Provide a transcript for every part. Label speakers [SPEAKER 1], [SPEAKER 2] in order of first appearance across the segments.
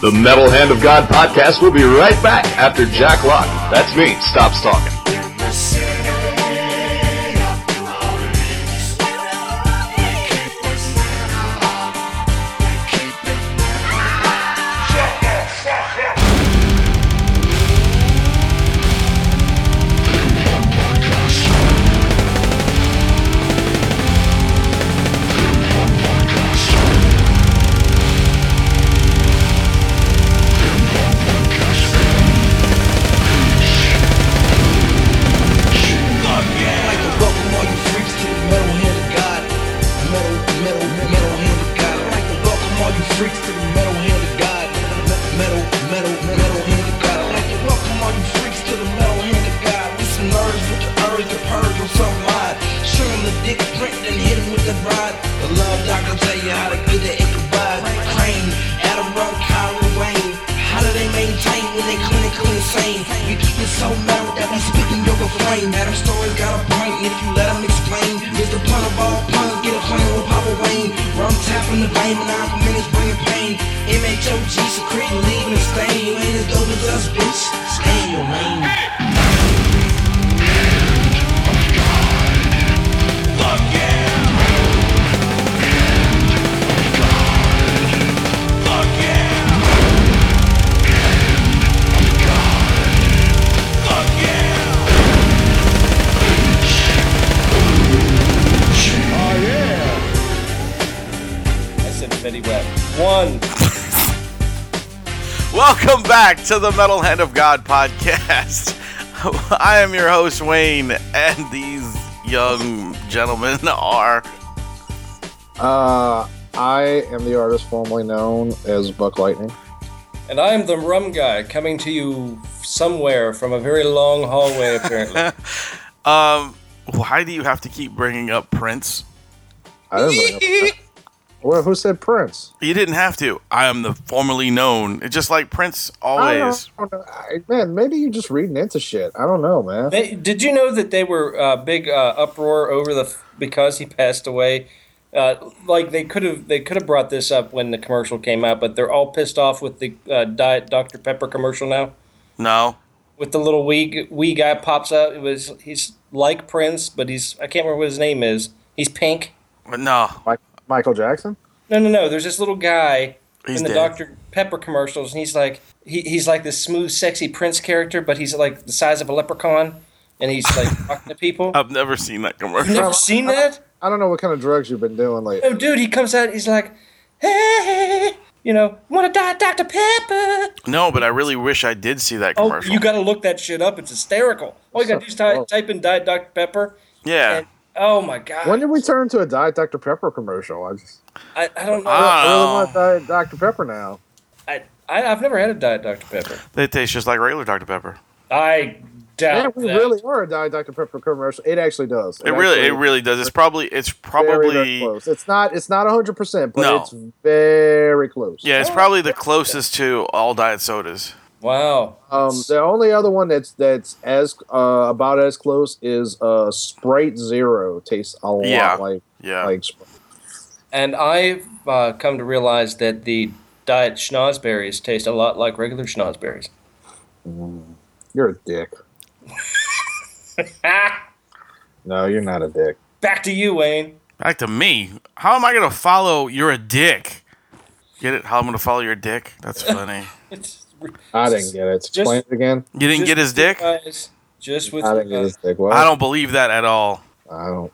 [SPEAKER 1] The Metal Hand of God podcast will be right back after Jack Locke, that's me, stops talking.
[SPEAKER 2] Welcome back to the Metal Hand of God podcast. I am your host, Wayne, and these young gentlemen are.
[SPEAKER 3] Uh, I am the artist formerly known as Buck Lightning.
[SPEAKER 4] And I'm the rum guy coming to you somewhere from a very long hallway, apparently.
[SPEAKER 2] um, why do you have to keep bringing up Prince?
[SPEAKER 3] I didn't bring up well, who said Prince?
[SPEAKER 2] You didn't have to. I am the formerly known. It's just like Prince always.
[SPEAKER 3] I don't, I don't, man, maybe you're just reading into shit. I don't know, man.
[SPEAKER 4] They, did you know that they were uh, big uh, uproar over the because he passed away? Uh, like they could have they could have brought this up when the commercial came out, but they're all pissed off with the uh, Diet Dr Pepper commercial now.
[SPEAKER 2] No.
[SPEAKER 4] With the little wee wee guy pops up, it was he's like Prince, but he's I can't remember what his name is. He's pink.
[SPEAKER 2] No.
[SPEAKER 3] Like, Michael Jackson?
[SPEAKER 4] No, no, no. There's this little guy
[SPEAKER 2] he's
[SPEAKER 4] in the
[SPEAKER 2] dead.
[SPEAKER 4] Dr. Pepper commercials, and he's like he, he's like this smooth, sexy Prince character, but he's like the size of a leprechaun, and he's like talking to people.
[SPEAKER 2] I've never seen that
[SPEAKER 4] You've
[SPEAKER 2] commercial.
[SPEAKER 4] never seen that?
[SPEAKER 3] I don't know what kind of drugs you've been doing lately.
[SPEAKER 4] No, dude. He comes out. He's like, hey, you know, want to die, Dr. Pepper?
[SPEAKER 2] No, but I really wish I did see that
[SPEAKER 4] Oh,
[SPEAKER 2] commercial.
[SPEAKER 4] you got to look that shit up. It's hysterical. All you got to do is ty-
[SPEAKER 3] Oh.
[SPEAKER 4] type in Diet Dr. Pepper.
[SPEAKER 2] yeah.
[SPEAKER 4] And, oh my god.
[SPEAKER 3] When did we turn to a Diet Dr. Pepper commercial? I just
[SPEAKER 4] I, I don't know.
[SPEAKER 2] Ah.
[SPEAKER 3] I really
[SPEAKER 2] Oh.
[SPEAKER 3] want Diet Dr. Pepper now.
[SPEAKER 4] I, I I've never had a Diet Dr. Pepper.
[SPEAKER 2] They taste just like regular Dr. Pepper.
[SPEAKER 4] I doubt
[SPEAKER 3] Yeah, we
[SPEAKER 4] that.
[SPEAKER 3] really are a Diet Dr. Pepper commercial. It actually does.
[SPEAKER 2] It really, it
[SPEAKER 3] actually
[SPEAKER 2] really does. It's probably, it's
[SPEAKER 3] very,
[SPEAKER 2] probably,
[SPEAKER 3] very close. It's not it's not hundred percent, but
[SPEAKER 2] No.
[SPEAKER 3] it's very close.
[SPEAKER 2] yeah, it's probably the closest to all diet sodas.
[SPEAKER 4] Wow.
[SPEAKER 3] Um, the only other one that's that's as uh, about as close is uh, Sprite Zero. Tastes a lot
[SPEAKER 2] Yeah.
[SPEAKER 3] like
[SPEAKER 2] Yeah.
[SPEAKER 3] like Sprite.
[SPEAKER 4] And I've uh, come to realize that the diet schnozberries taste a lot like regular schnozberries.
[SPEAKER 3] You're a dick.
[SPEAKER 4] Ah,
[SPEAKER 3] No, you're not a dick.
[SPEAKER 4] back to you, Wayne.
[SPEAKER 2] Back to me. How am I gonna follow? You're a dick. Get it? How I'm gonna follow your dick? That's funny.
[SPEAKER 4] It's
[SPEAKER 3] I didn't get it. Explain
[SPEAKER 4] just-
[SPEAKER 3] it again.
[SPEAKER 2] You didn't get his dick?
[SPEAKER 4] Guys, just with
[SPEAKER 3] I didn't get his dick. What?
[SPEAKER 2] I don't believe that at all.
[SPEAKER 3] I don't.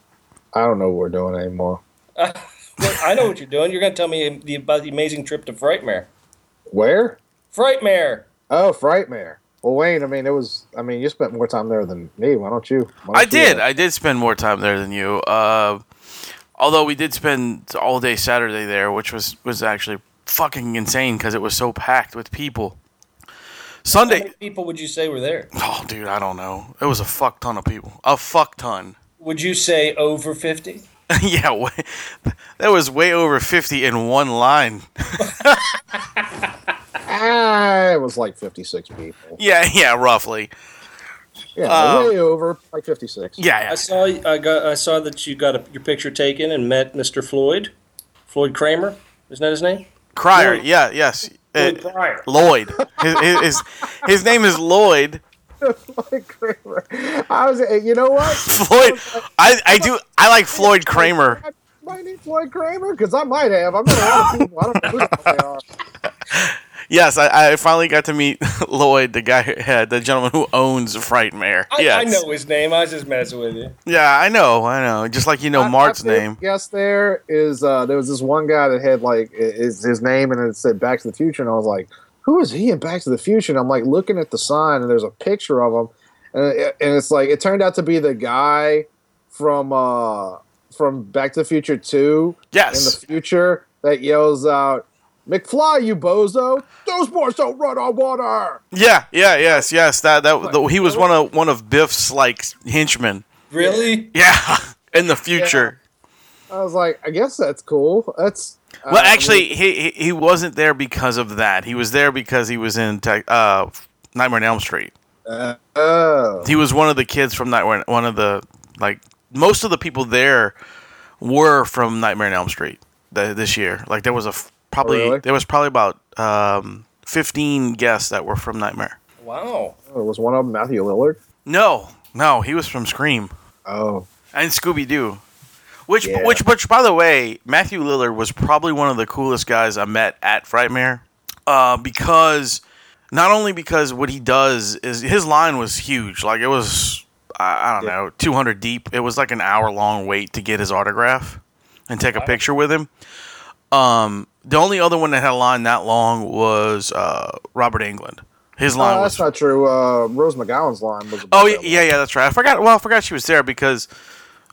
[SPEAKER 3] I don't know what we're doing anymore.
[SPEAKER 4] Look, I know what you're doing. You're going to tell me the, about the amazing trip to Frightmare.
[SPEAKER 3] Where?
[SPEAKER 4] Frightmare.
[SPEAKER 3] Oh, Frightmare. Well, Wayne. I mean, it was. I mean, you spent more time there than me. Why don't you? Why
[SPEAKER 2] I
[SPEAKER 3] don't you,
[SPEAKER 2] did.
[SPEAKER 3] uh,
[SPEAKER 2] I did spend more time there than you. Uh, although we did spend all day Saturday there, which was was actually fucking insane because it was so packed with people.
[SPEAKER 4] How
[SPEAKER 2] Sunday.
[SPEAKER 4] many people would you say were there?
[SPEAKER 2] Oh, dude, I don't know. It was a fuck ton of people. A fuck ton.
[SPEAKER 4] Would you say over 50?
[SPEAKER 2] yeah, way, that was way over fifty in one line.
[SPEAKER 3] ah, it was like fifty-six people.
[SPEAKER 2] Yeah, yeah, roughly.
[SPEAKER 3] Yeah,
[SPEAKER 2] Um,
[SPEAKER 3] way over like fifty six.
[SPEAKER 2] Yeah, yeah.
[SPEAKER 4] I saw I got I saw that you got a, your picture taken and met Mr. Floyd, Floyd Kramer. Isn't that his name?
[SPEAKER 2] Crier.
[SPEAKER 4] Lloyd.
[SPEAKER 2] Yeah, yes. Uh,
[SPEAKER 4] Floyd Pryor.
[SPEAKER 2] Lloyd. His, his, his, his name is Lloyd.
[SPEAKER 3] Kramer. I was, you know what?
[SPEAKER 2] Floyd. I, I do. I like Floyd Kramer.
[SPEAKER 3] I might need Floyd Kramer because I might have. I'm gonna have people. I don't know who the hell they are.
[SPEAKER 2] Yes, I, I finally got to meet Lloyd, the guy, uh, the gentleman who owns Frightmare.
[SPEAKER 4] I,
[SPEAKER 2] yes.
[SPEAKER 4] I know his name. I was just messing with you.
[SPEAKER 2] Yeah, I know. I know. Just like you know Mart's name.
[SPEAKER 3] Yes, there is. Uh, there was this one guy that had like i- is his name, and it said Back to the Future, and I was like, "Who is he in Back to the Future?" And I'm like looking at the sign, and there's a picture of him, and, it- and it's like it turned out to be the guy from uh, from Back to the Future Two in
[SPEAKER 2] Yes.
[SPEAKER 3] the future that yells out, "McFly, you bozo! Those boys don't run on water."
[SPEAKER 2] Yeah. Yeah. Yes. Yes. That. That. the- he was one of one of Biff's like henchmen.
[SPEAKER 4] Really?
[SPEAKER 2] Yeah. In the future.
[SPEAKER 3] I was like, "I guess that's cool. That's
[SPEAKER 2] Well,
[SPEAKER 3] uh,
[SPEAKER 2] actually, he he- he wasn't there because of that. He was there because he was in tech, uh, Nightmare on Elm Street.
[SPEAKER 3] oh,
[SPEAKER 2] He was one of the kids from Nightmare. One of the like most of the people there were from Nightmare on Elm Street th- this year. Like there was a f- probably
[SPEAKER 3] Oh, really?
[SPEAKER 2] there was probably about um, fifteen guests that were from Nightmare.
[SPEAKER 4] Wow.
[SPEAKER 3] oh, was one of them Matthew Lillard?
[SPEAKER 2] No, no, he was from Scream
[SPEAKER 3] Oh."
[SPEAKER 2] and Scooby Doo. Which,
[SPEAKER 3] Yeah.
[SPEAKER 2] which, which, by the way, Matthew Lillard was probably one of the coolest guys I met at Frightmare, uh, because not only because what he does is his line was huge. Like it was, I, I don't know, two hundred deep. It was like an hour long wait to get his autograph and take a picture with him. Um, the only other one that had a line that long was uh, Robert England. His line
[SPEAKER 3] Oh,
[SPEAKER 2] was
[SPEAKER 3] that's not true. Uh, Rose McGowan's line was. about
[SPEAKER 2] Oh yeah,
[SPEAKER 3] that
[SPEAKER 2] yeah, yeah, that's right. I forgot. Well, I forgot she was there because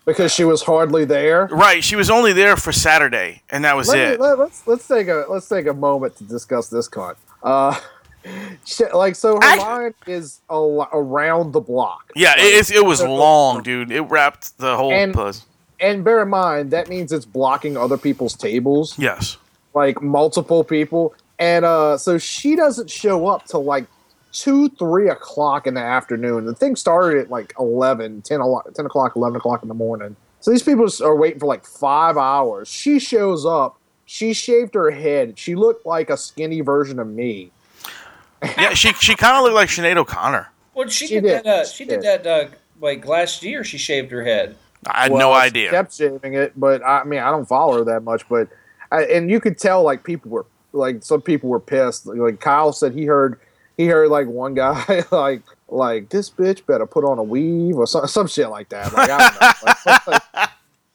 [SPEAKER 3] because she was hardly there.
[SPEAKER 2] right, she was only there for Saturday, and that was
[SPEAKER 3] Let
[SPEAKER 2] it.
[SPEAKER 3] us let's let's take a let's take a moment to discuss this cunt. Uh, shit, like so, her
[SPEAKER 2] I-
[SPEAKER 3] line is a, lo- around the block.
[SPEAKER 2] yeah, it, it's- it was
[SPEAKER 3] So-
[SPEAKER 2] long, dude. It wrapped the whole
[SPEAKER 3] And-
[SPEAKER 2] puzzle.
[SPEAKER 3] And bear in mind that means it's blocking other people's tables,
[SPEAKER 2] Yes,
[SPEAKER 3] like multiple people. And uh, so she doesn't show up till like two, three o'clock in the afternoon. The thing started at like 11, 10, o- 10 o'clock, 11 o'clock in the morning. So these people s- are waiting for like five hours. She shows up. She shaved her head. She looked like a skinny version of me.
[SPEAKER 2] yeah, she she kind of looked like Sinead O'Connor.
[SPEAKER 4] Well, she,
[SPEAKER 3] She
[SPEAKER 4] did,
[SPEAKER 3] did.
[SPEAKER 4] that. Uh,
[SPEAKER 3] She
[SPEAKER 4] she did
[SPEAKER 3] did.
[SPEAKER 4] that uh, like last year. She shaved her head.
[SPEAKER 2] I had no
[SPEAKER 3] Well, she
[SPEAKER 2] idea.
[SPEAKER 3] kept shaving it, but I mean, I don't follow her that much. But I, and you could tell like people were like some people were pissed. Like Kyle said, he heard he heard like one guy like like this bitch better put on a weave or some, some shit like that. Like I don't know. Like, like,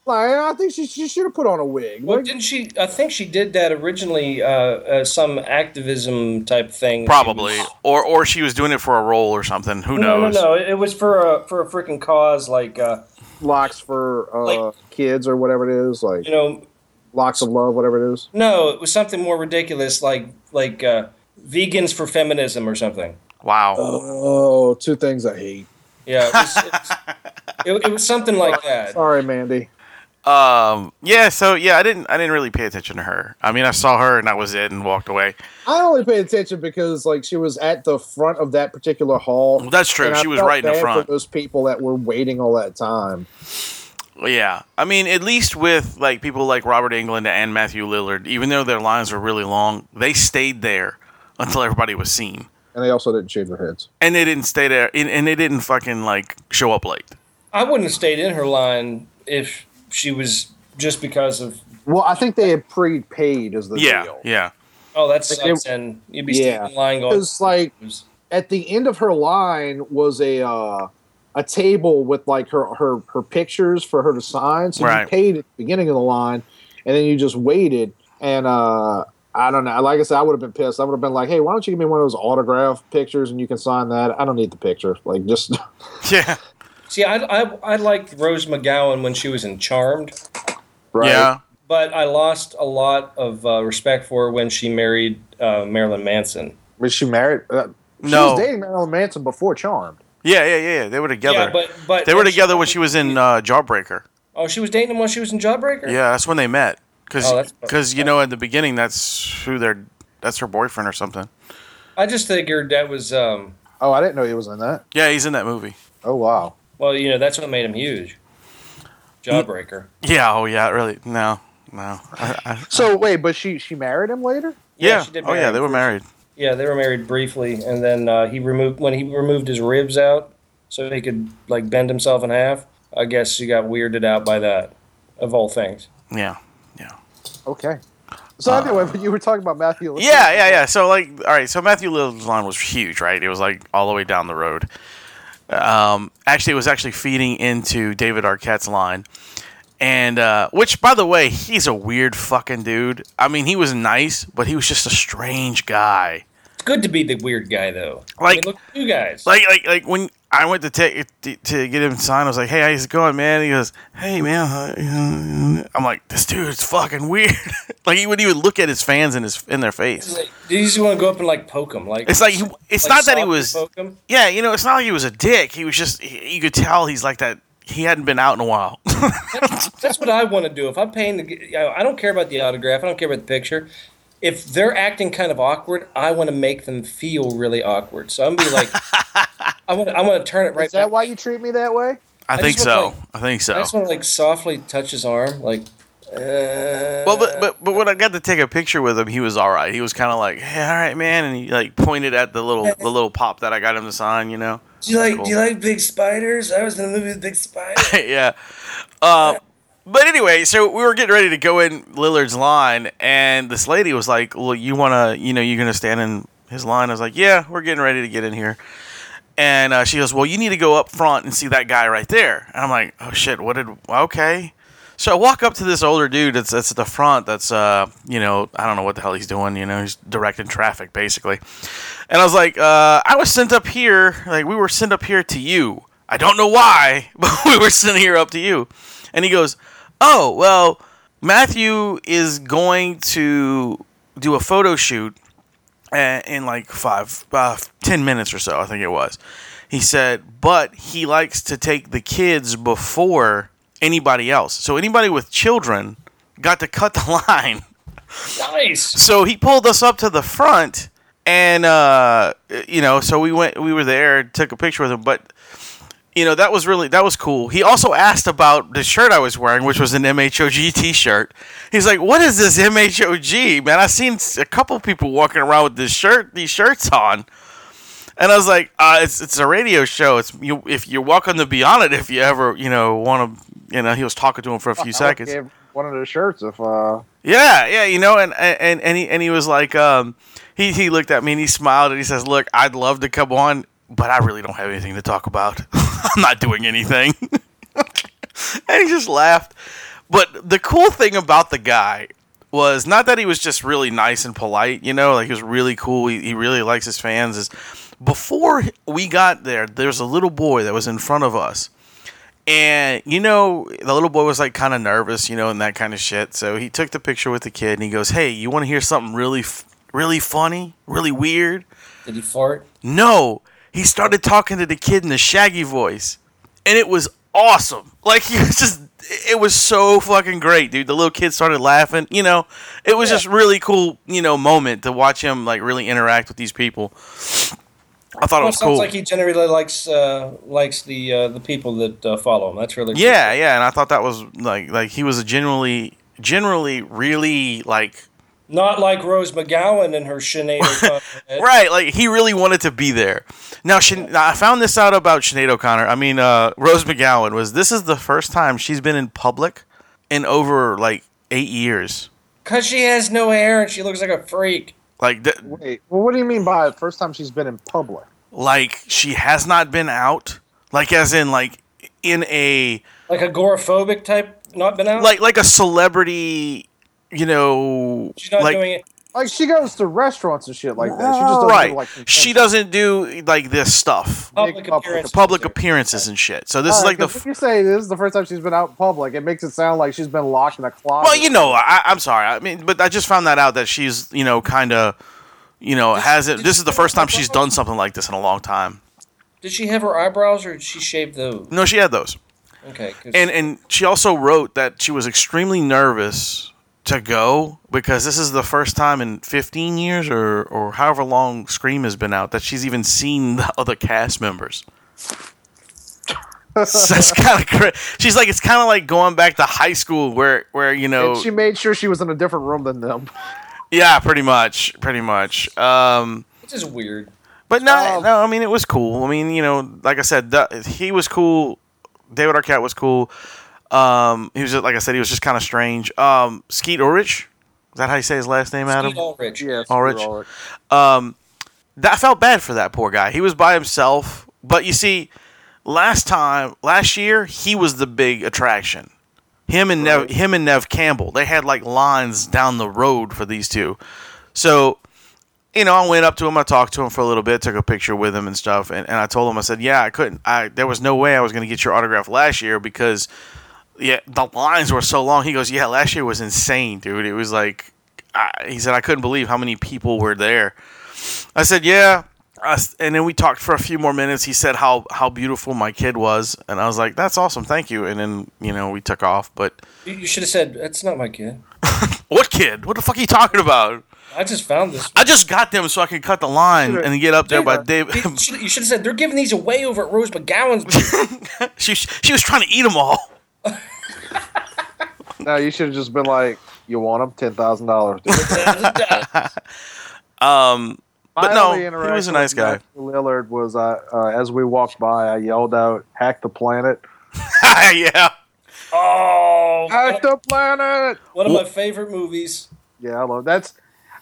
[SPEAKER 3] like, I think she, she should have put on a wig.
[SPEAKER 4] Well,
[SPEAKER 3] Like,
[SPEAKER 4] didn't she? I think she did that originally, uh, uh, some activism type thing.
[SPEAKER 2] Probably, or or she was doing it for a role or something. Who
[SPEAKER 4] No, no,
[SPEAKER 2] knows?
[SPEAKER 4] no. It was for a for a freaking cause, like uh,
[SPEAKER 3] locks for uh,
[SPEAKER 4] Like-
[SPEAKER 3] kids or whatever it is, like
[SPEAKER 4] you know,
[SPEAKER 3] locks of love, whatever it is.
[SPEAKER 4] no. It was something more ridiculous, like like uh, vegans for feminism or something.
[SPEAKER 2] Wow.
[SPEAKER 3] Oh, two things I hate.
[SPEAKER 4] Yeah, it was, it was, it- it was something like that.
[SPEAKER 3] Sorry, Mandy.
[SPEAKER 2] Um. Yeah. So yeah, I didn't I didn't really pay attention to her. I mean, I saw her and that was it, and walked away.
[SPEAKER 3] I only paid attention because like she was at the front of that particular hall.
[SPEAKER 2] Well, that's true.
[SPEAKER 3] And I
[SPEAKER 2] She was
[SPEAKER 3] felt
[SPEAKER 2] right in the
[SPEAKER 3] bad
[SPEAKER 2] front.
[SPEAKER 3] For those people that were waiting all that time.
[SPEAKER 2] Well, Yeah, I mean, at least with like people like Robert England and Matthew Lillard, even though their lines were really long, they stayed there until everybody was seen,
[SPEAKER 3] And they also didn't shave their heads.
[SPEAKER 2] and they didn't stay there, and, and they didn't fucking like show up late.
[SPEAKER 4] I wouldn't have stayed in her line if she was just because of
[SPEAKER 3] Well, I think they had prepaid as the
[SPEAKER 2] Yeah,
[SPEAKER 3] deal.
[SPEAKER 2] yeah,
[SPEAKER 4] oh that
[SPEAKER 3] they-
[SPEAKER 4] sucks, and you'd be
[SPEAKER 3] Yeah.
[SPEAKER 4] standing in line going.
[SPEAKER 3] Because like at the end of her line was a uh, a table with like her, her her pictures for her to sign. So
[SPEAKER 2] Right.
[SPEAKER 3] you paid at the beginning of the line, and then you just waited. And uh, I don't know. Like I said, I would have been pissed. I would have been like, "Hey, why don't you give me one of those autograph pictures and you can sign that? I don't need the picture. Like just."
[SPEAKER 2] yeah,
[SPEAKER 4] See, I, I I liked Rose McGowan when she was in Charmed,
[SPEAKER 3] Right.
[SPEAKER 2] yeah.
[SPEAKER 4] but I lost a lot of uh, respect for her when she married uh, Marilyn Manson.
[SPEAKER 3] Was she married? Uh, she
[SPEAKER 2] No.
[SPEAKER 3] was dating Marilyn Manson before Charmed.
[SPEAKER 2] yeah, yeah, yeah, yeah. They were together.
[SPEAKER 4] Yeah, but but
[SPEAKER 2] they were together when she was in uh, Jawbreaker.
[SPEAKER 4] Oh, she was dating him when she was in Jawbreaker.
[SPEAKER 2] Yeah, that's when they met. Cause,
[SPEAKER 4] Oh, that's-
[SPEAKER 2] 'cause, you know, at the beginning, that's who their that's her boyfriend or something.
[SPEAKER 4] I just figured that was um,
[SPEAKER 3] Oh, I didn't know he was in that.
[SPEAKER 2] Yeah, he's in that movie.
[SPEAKER 3] Oh wow.
[SPEAKER 4] Well, you know that's what made him huge. Jawbreaker.
[SPEAKER 2] Yeah. Oh yeah. Really? No. No. I, I,
[SPEAKER 3] So wait, but she she married him later.
[SPEAKER 2] yeah.
[SPEAKER 4] she did
[SPEAKER 2] oh yeah.
[SPEAKER 4] marry
[SPEAKER 2] They were married.
[SPEAKER 4] Yeah, they were married briefly, and then uh, he removed when he removed his ribs out so he could like bend himself in half. I guess she got weirded out by that, of all things.
[SPEAKER 2] Yeah. Yeah.
[SPEAKER 3] Okay. So anyway, but you were talking about Matthew. Lillard.
[SPEAKER 2] Uh, Yeah, yeah, yeah. So like, all right. So Matthew Lillard's line was huge, right? It was like all the way down the road. Um, actually, it was actually feeding into David Arquette's line, and uh, which, by the way, he's a weird fucking dude. I mean, he was nice, but he was just a strange guy.
[SPEAKER 4] It's good to be the weird guy though. I mean,
[SPEAKER 2] Like-
[SPEAKER 4] look, at you guys.
[SPEAKER 2] Like, like, like when I went to take to, to get him signed, I was like, "Hey, how's it going, man?" He goes, "Hey, man." uh, you know, uh," I'm like, "This dude's fucking weird." like he wouldn't even look at his fans in his in their face.
[SPEAKER 4] you just want to go up and like poke him. Like
[SPEAKER 2] It's like he, it's not that he
[SPEAKER 4] softly
[SPEAKER 2] was.
[SPEAKER 4] poke him.
[SPEAKER 2] Yeah, you know, it's not like he was a dick. He was just he- you could tell he's like that. He hadn't been out in a while.
[SPEAKER 4] That's what I want to do. If I'm paying, the, you know, I don't care about the autograph. I don't care about the picture. If they're acting kind of awkward, I want to make them feel really awkward. So I'm gonna be like, I want, I want to turn it right.
[SPEAKER 3] Is that
[SPEAKER 4] back.
[SPEAKER 3] why you treat me that way?
[SPEAKER 2] I think
[SPEAKER 4] just
[SPEAKER 2] so.
[SPEAKER 4] want,
[SPEAKER 2] I think
[SPEAKER 4] I
[SPEAKER 2] so.
[SPEAKER 4] just want to like softly touch his arm, like. Uh,
[SPEAKER 2] Well, but but but when I got to take a picture with him, he was all right. He was kind of like, "Hey, all right, man," and he like pointed at the little the little pop that I got him to sign. You know.
[SPEAKER 4] do you like
[SPEAKER 2] cool.
[SPEAKER 4] do you like big spiders? I was in the movie with big spiders.
[SPEAKER 2] yeah. Uh, but anyway, so we were getting ready to go in Lillard's line, and this lady was like, "Well, you wanna, you know, you're gonna stand in his line." I was like, "Yeah, we're getting ready to get in here." And uh, she goes, "Well, you need to go up front and see that guy right there." And I'm like, "Oh shit, what did? Okay." So I walk up to this older dude that's that's at the front. That's uh, you know, I don't know what the hell he's doing. You know, he's directing traffic basically. And I was like, uh, I was sent up here, like we were sent up here to you. I don't know why, but we were sent here up to you. And he goes, Oh, well, Matthew is going to do a photo shoot a- in like five, uh, ten minutes or so, I think it was. He said, but he likes to take the kids before anybody else. So anybody with children got to cut the line
[SPEAKER 4] nice.
[SPEAKER 2] so he pulled us up to the front and uh you know so we went we were there took a picture with him but you know that was really that was cool he also asked about the shirt i was wearing which was an mhog t-shirt he's like what is this mhog man i've seen s- a couple people walking around with this shirt these shirts on and i was like uh, it's, it's a radio show it's you if you're welcome to be on it if you ever you know want to you know he was talking to him for a few
[SPEAKER 3] I would
[SPEAKER 2] seconds
[SPEAKER 3] give one of the shirts if uh
[SPEAKER 2] yeah, yeah, you know, and and and he and he was like, um, he he looked at me and he smiled and he says, "Look, I'd love to come on, but I really don't have anything to talk about. I'm not doing anything." and he just laughed. But the cool thing about the guy was not that he was just really nice and polite, you know, like he was really cool. He, he really likes his fans. Is before we got there, there was a little boy that was in front of us. And you know, the little boy was like kind of nervous, you know, and that kind of shit. So he took the picture with the kid and he goes, "Hey, you want to hear something really f- really funny, really weird?"
[SPEAKER 4] Did he fart?
[SPEAKER 2] No. He started talking to the kid in the shaggy voice. And it was awesome. Like he was just it was so fucking great, dude. The little kid started laughing, you know. It was just really cool, you know, moment to watch him like really interact with these people. I thought it
[SPEAKER 4] Well,
[SPEAKER 2] was
[SPEAKER 4] sounds
[SPEAKER 2] cool.
[SPEAKER 4] like he generally likes uh, likes the uh, the people that uh, follow him. That's really cool.
[SPEAKER 2] Yeah, yeah, and I thought that was like like he was a generally generally really like
[SPEAKER 4] Not like Rose McGowan and her Sinead O'Connor.
[SPEAKER 2] right like he really wanted to be there. Now, Shan- now, I found this out about Sinead O'Connor. I mean, uh, Rose McGowan was this is the first time she's been in public in over like eight years.
[SPEAKER 4] Because she has no hair and she looks like a freak.
[SPEAKER 2] Like th-
[SPEAKER 3] wait. Well, what do you mean by the first time she's been in public?
[SPEAKER 2] like she has not been out. Like as in like in a
[SPEAKER 4] Like agoraphobic type, not been out?
[SPEAKER 2] like like a celebrity. You know,
[SPEAKER 4] She's not
[SPEAKER 2] like
[SPEAKER 4] doing it.
[SPEAKER 3] Like she goes to restaurants and shit like that. She just doesn't
[SPEAKER 2] right.
[SPEAKER 3] do, Oh. like
[SPEAKER 2] she doesn't do like this stuff.
[SPEAKER 4] Public
[SPEAKER 3] public-
[SPEAKER 4] appearance.
[SPEAKER 2] public appearances and shit. So this is like the.
[SPEAKER 3] If
[SPEAKER 2] F-
[SPEAKER 3] you say this is the first time she's been out in public, it makes it sound like she's been locked in a closet.
[SPEAKER 2] well, you know, I, I'm sorry. I mean, but I just found that out that she's you know kind of, you know, hasn't. This is the first time she's done something like this in a long time.
[SPEAKER 4] Did she have her eyebrows or did she shave those?
[SPEAKER 2] No, she had those,
[SPEAKER 4] Okay. 'cause-
[SPEAKER 2] Mm. and and she also wrote that she was extremely nervous to go because this is the first time in 15 years or or however long Scream has been out that she's even seen the other cast members. So that's kind of cra- she's like it's kind of like going back to high school where where you know
[SPEAKER 3] And she made sure she was in a different room than them.
[SPEAKER 2] yeah pretty much pretty much um
[SPEAKER 4] Which is weird.
[SPEAKER 2] but no
[SPEAKER 3] Um,
[SPEAKER 2] no I mean it was cool I mean you know like I said that, he was cool David Arquette was cool um he was just, like I said he was just kind of strange um Skeet Ulrich is that how you say his last name Adam
[SPEAKER 4] Skeet Ulrich.
[SPEAKER 3] Yes,
[SPEAKER 2] Ulrich.
[SPEAKER 3] Skeet Ulrich.
[SPEAKER 2] that I felt bad for that poor guy. He was by himself, but you see, last time last year he was the big attraction. Him and Nev, him and Nev Campbell, they had like lines down the road for these two. So, you know, I went up to him, I talked to him for a little bit, took a picture with him and stuff, and, and I told him, I said, yeah, I couldn't, I there was no way I was going to get your autograph last year because, yeah, the lines were so long. He goes, yeah, last year was insane, dude. It was like, I, he said, I couldn't believe how many people were there. I said, "Yeah." I s and then we talked for a few more minutes. He said how how beautiful my kid was, and I was like, "That's awesome, thank you." And then you know we took off. But
[SPEAKER 4] You, you should have said that's not my kid.
[SPEAKER 2] what kid? What the fuck are you talking about?
[SPEAKER 4] I just found this.
[SPEAKER 2] I just got them so I could cut the line
[SPEAKER 3] Should've-
[SPEAKER 2] and get up there by
[SPEAKER 3] should've-
[SPEAKER 2] David.
[SPEAKER 4] You should, you should have said they're giving these away over at Rose McGowan's.
[SPEAKER 2] she she was trying to eat them all.
[SPEAKER 3] No, you should have just been like, "You want them? Ten thousand dollars." But
[SPEAKER 2] But no, he was a nice guy.
[SPEAKER 3] Lillard was uh, uh, as we walked by, I yelled out, "Hack the planet!
[SPEAKER 2] yeah.
[SPEAKER 4] oh,
[SPEAKER 3] Hack the planet!"
[SPEAKER 4] one of my favorite movies.
[SPEAKER 3] Yeah, I love that's.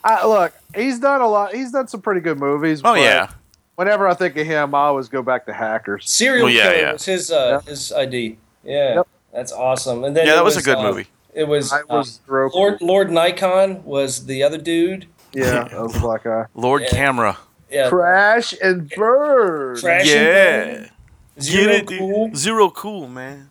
[SPEAKER 3] I, look, he's done a lot. He's done some pretty good movies.
[SPEAKER 2] Oh
[SPEAKER 3] but
[SPEAKER 2] yeah.
[SPEAKER 3] Whenever I think of him, I always go back to Hackers.
[SPEAKER 4] Serial
[SPEAKER 2] Well, yeah,
[SPEAKER 4] Killer
[SPEAKER 2] yeah.
[SPEAKER 4] was his uh, his ID. Yeah,
[SPEAKER 3] Yep.
[SPEAKER 4] that's awesome. And then
[SPEAKER 2] Yeah,
[SPEAKER 4] it
[SPEAKER 2] that was a good
[SPEAKER 4] uh,
[SPEAKER 2] movie.
[SPEAKER 4] It was,
[SPEAKER 3] I was
[SPEAKER 4] uh,
[SPEAKER 3] broke.
[SPEAKER 4] Lord Lord Nikon was the other dude.
[SPEAKER 3] Yeah, that was a black guy.
[SPEAKER 2] Lord
[SPEAKER 4] Yeah.
[SPEAKER 2] Camera.
[SPEAKER 4] Yeah,
[SPEAKER 3] Crash and burn.
[SPEAKER 4] Trash and
[SPEAKER 2] Yeah.
[SPEAKER 4] Burn, Zero
[SPEAKER 2] Get it, dude.
[SPEAKER 4] cool.
[SPEAKER 2] Zero cool, man.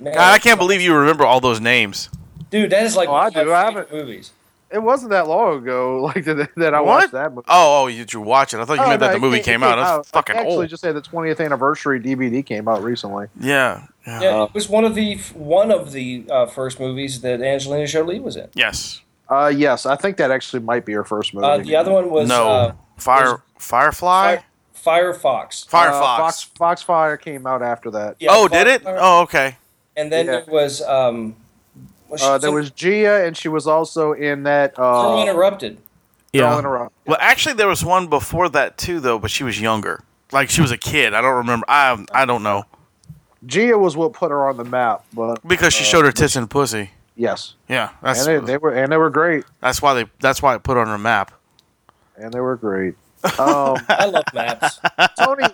[SPEAKER 4] Man,
[SPEAKER 2] God, I can't believe you remember all those names.
[SPEAKER 4] dude, that is like
[SPEAKER 3] Oh,
[SPEAKER 4] one
[SPEAKER 3] I
[SPEAKER 4] of my
[SPEAKER 3] do. I
[SPEAKER 4] favorite movies.
[SPEAKER 3] It wasn't that long ago, like that, that I watched that movie.
[SPEAKER 2] Oh, oh, you you watch it. I thought you
[SPEAKER 3] Oh,
[SPEAKER 2] meant
[SPEAKER 3] no,
[SPEAKER 2] that the
[SPEAKER 3] it
[SPEAKER 2] movie
[SPEAKER 3] it
[SPEAKER 2] came out. That's fucking
[SPEAKER 3] I actually
[SPEAKER 2] old.
[SPEAKER 3] just said the 20th anniversary DVD came out recently.
[SPEAKER 2] Yeah.
[SPEAKER 3] Uh-huh.
[SPEAKER 4] Yeah, it was one of the one of the uh, first movies that Angelina Jolie was in.
[SPEAKER 2] Yes.
[SPEAKER 3] Uh, yes, I think that actually might be her first movie.
[SPEAKER 4] Uh, the other one was
[SPEAKER 2] no.
[SPEAKER 4] uh,
[SPEAKER 2] Fire.
[SPEAKER 4] was-
[SPEAKER 2] Firefly.
[SPEAKER 4] Fire, Firefox.
[SPEAKER 3] Uh,
[SPEAKER 2] Firefox.
[SPEAKER 3] Fox Foxfire came out after that.
[SPEAKER 4] Yeah,
[SPEAKER 2] oh, did it?
[SPEAKER 4] Foxfire.
[SPEAKER 2] Oh, okay.
[SPEAKER 4] And then
[SPEAKER 3] Yeah.
[SPEAKER 4] there was um, was
[SPEAKER 3] Uh,
[SPEAKER 4] she-
[SPEAKER 3] there was Gia, and she was also in that.
[SPEAKER 4] Girl
[SPEAKER 3] Uh,
[SPEAKER 4] Interrupted.
[SPEAKER 3] Girl Interrupt.
[SPEAKER 2] Well, actually, there was one before that too, though, but she was younger. Like she was a kid. I don't remember. I I don't know
[SPEAKER 3] Gia was what put her on the map, but uh,
[SPEAKER 2] because
[SPEAKER 4] Oh.
[SPEAKER 2] she showed her tits and pussy.
[SPEAKER 3] yes,
[SPEAKER 2] Yeah, that's
[SPEAKER 3] and they, they were and they were great,
[SPEAKER 2] that's why they that's why it put on her map.
[SPEAKER 3] and they were great. Um,
[SPEAKER 4] I love maps.
[SPEAKER 3] Tony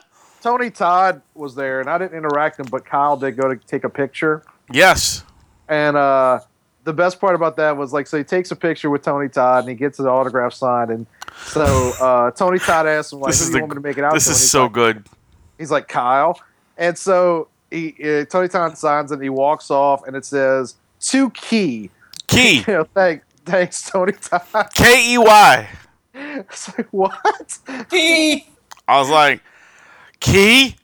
[SPEAKER 3] Tony Todd was there, and I didn't interact with him, but Kyle did go to take a picture.
[SPEAKER 2] Yes.
[SPEAKER 3] And uh, the best part about that was like, so he takes a picture with Tony Todd and he gets his autograph signed. And so uh, Tony Todd asks him, like,
[SPEAKER 2] This
[SPEAKER 3] who
[SPEAKER 2] is
[SPEAKER 3] do
[SPEAKER 2] the-
[SPEAKER 3] you want me to make it out
[SPEAKER 2] this
[SPEAKER 3] to? And
[SPEAKER 2] is
[SPEAKER 3] he's
[SPEAKER 2] so
[SPEAKER 3] like-
[SPEAKER 2] good.
[SPEAKER 3] He's like, Kyle. And so he, uh, Tony Todd signs it and he walks off and it says, to Key.
[SPEAKER 2] Key.
[SPEAKER 3] You know, thank, thanks, Tony Todd.
[SPEAKER 2] K E Y.
[SPEAKER 3] It's like, what?
[SPEAKER 4] Key.
[SPEAKER 2] I was like, Key.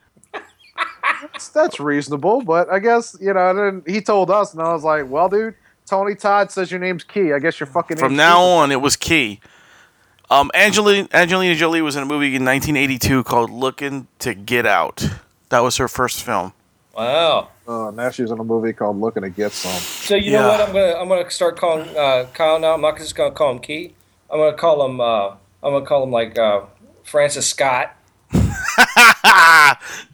[SPEAKER 3] That's reasonable, but I guess, you know, and then he told us, and I was like, well, dude, Tony Todd says your name's Key. I guess your fucking
[SPEAKER 2] From
[SPEAKER 3] name's
[SPEAKER 2] now
[SPEAKER 3] Key.
[SPEAKER 2] on, it was key. Um, Angelina, Angelina Jolie was in a movie in 1982 called Looking to Get Out. That was her first film.
[SPEAKER 4] Wow.
[SPEAKER 3] Uh, now she's in a movie called Looking to Get Some.
[SPEAKER 4] So you
[SPEAKER 2] Yeah.
[SPEAKER 4] know what? I'm gonna I'm gonna start calling uh, Kyle now. I'm not just gonna call him Key. I'm gonna call him uh, I'm gonna call him like uh, Francis Scott. Just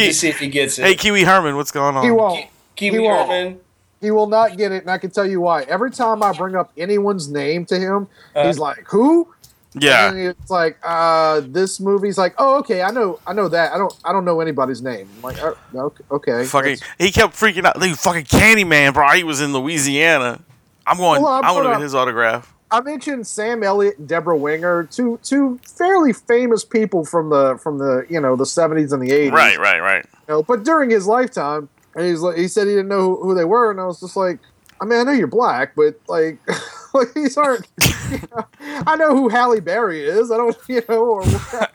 [SPEAKER 2] Key.
[SPEAKER 4] to see if he gets it.
[SPEAKER 2] Hey, Kiwi Herman, what's going on?
[SPEAKER 3] He won't.
[SPEAKER 4] Ki- Kiwi
[SPEAKER 3] he Oh, won't.
[SPEAKER 4] Herman.
[SPEAKER 3] He will not get it, and I can tell you why. Every time I bring up anyone's name to him,
[SPEAKER 4] Uh,
[SPEAKER 3] he's like, "Who?" And
[SPEAKER 2] Yeah.
[SPEAKER 3] it's like, "Uh, this movie's like, oh, okay, I know, I know that. I don't, I don't know anybody's name." I'm like, oh, no, okay,
[SPEAKER 2] Fucking,
[SPEAKER 3] that's-
[SPEAKER 2] he kept freaking out. Dude, fucking Candyman, bro. He was in Louisiana. I'm going.
[SPEAKER 3] Well, I'm
[SPEAKER 2] I want to
[SPEAKER 3] gonna-
[SPEAKER 2] get his autograph.
[SPEAKER 3] I mentioned Sam Elliott, and Deborah Winger, two two fairly famous people from the from the you know the seventies and the eighties,
[SPEAKER 2] Right, right, right.
[SPEAKER 3] You know, but during his lifetime, and he's like, he said he didn't know who, who they were, and I was just like, I mean, I know you're black, but like, like, these aren't. you know, I know who Halle Berry is. I don't, you know, or whatever.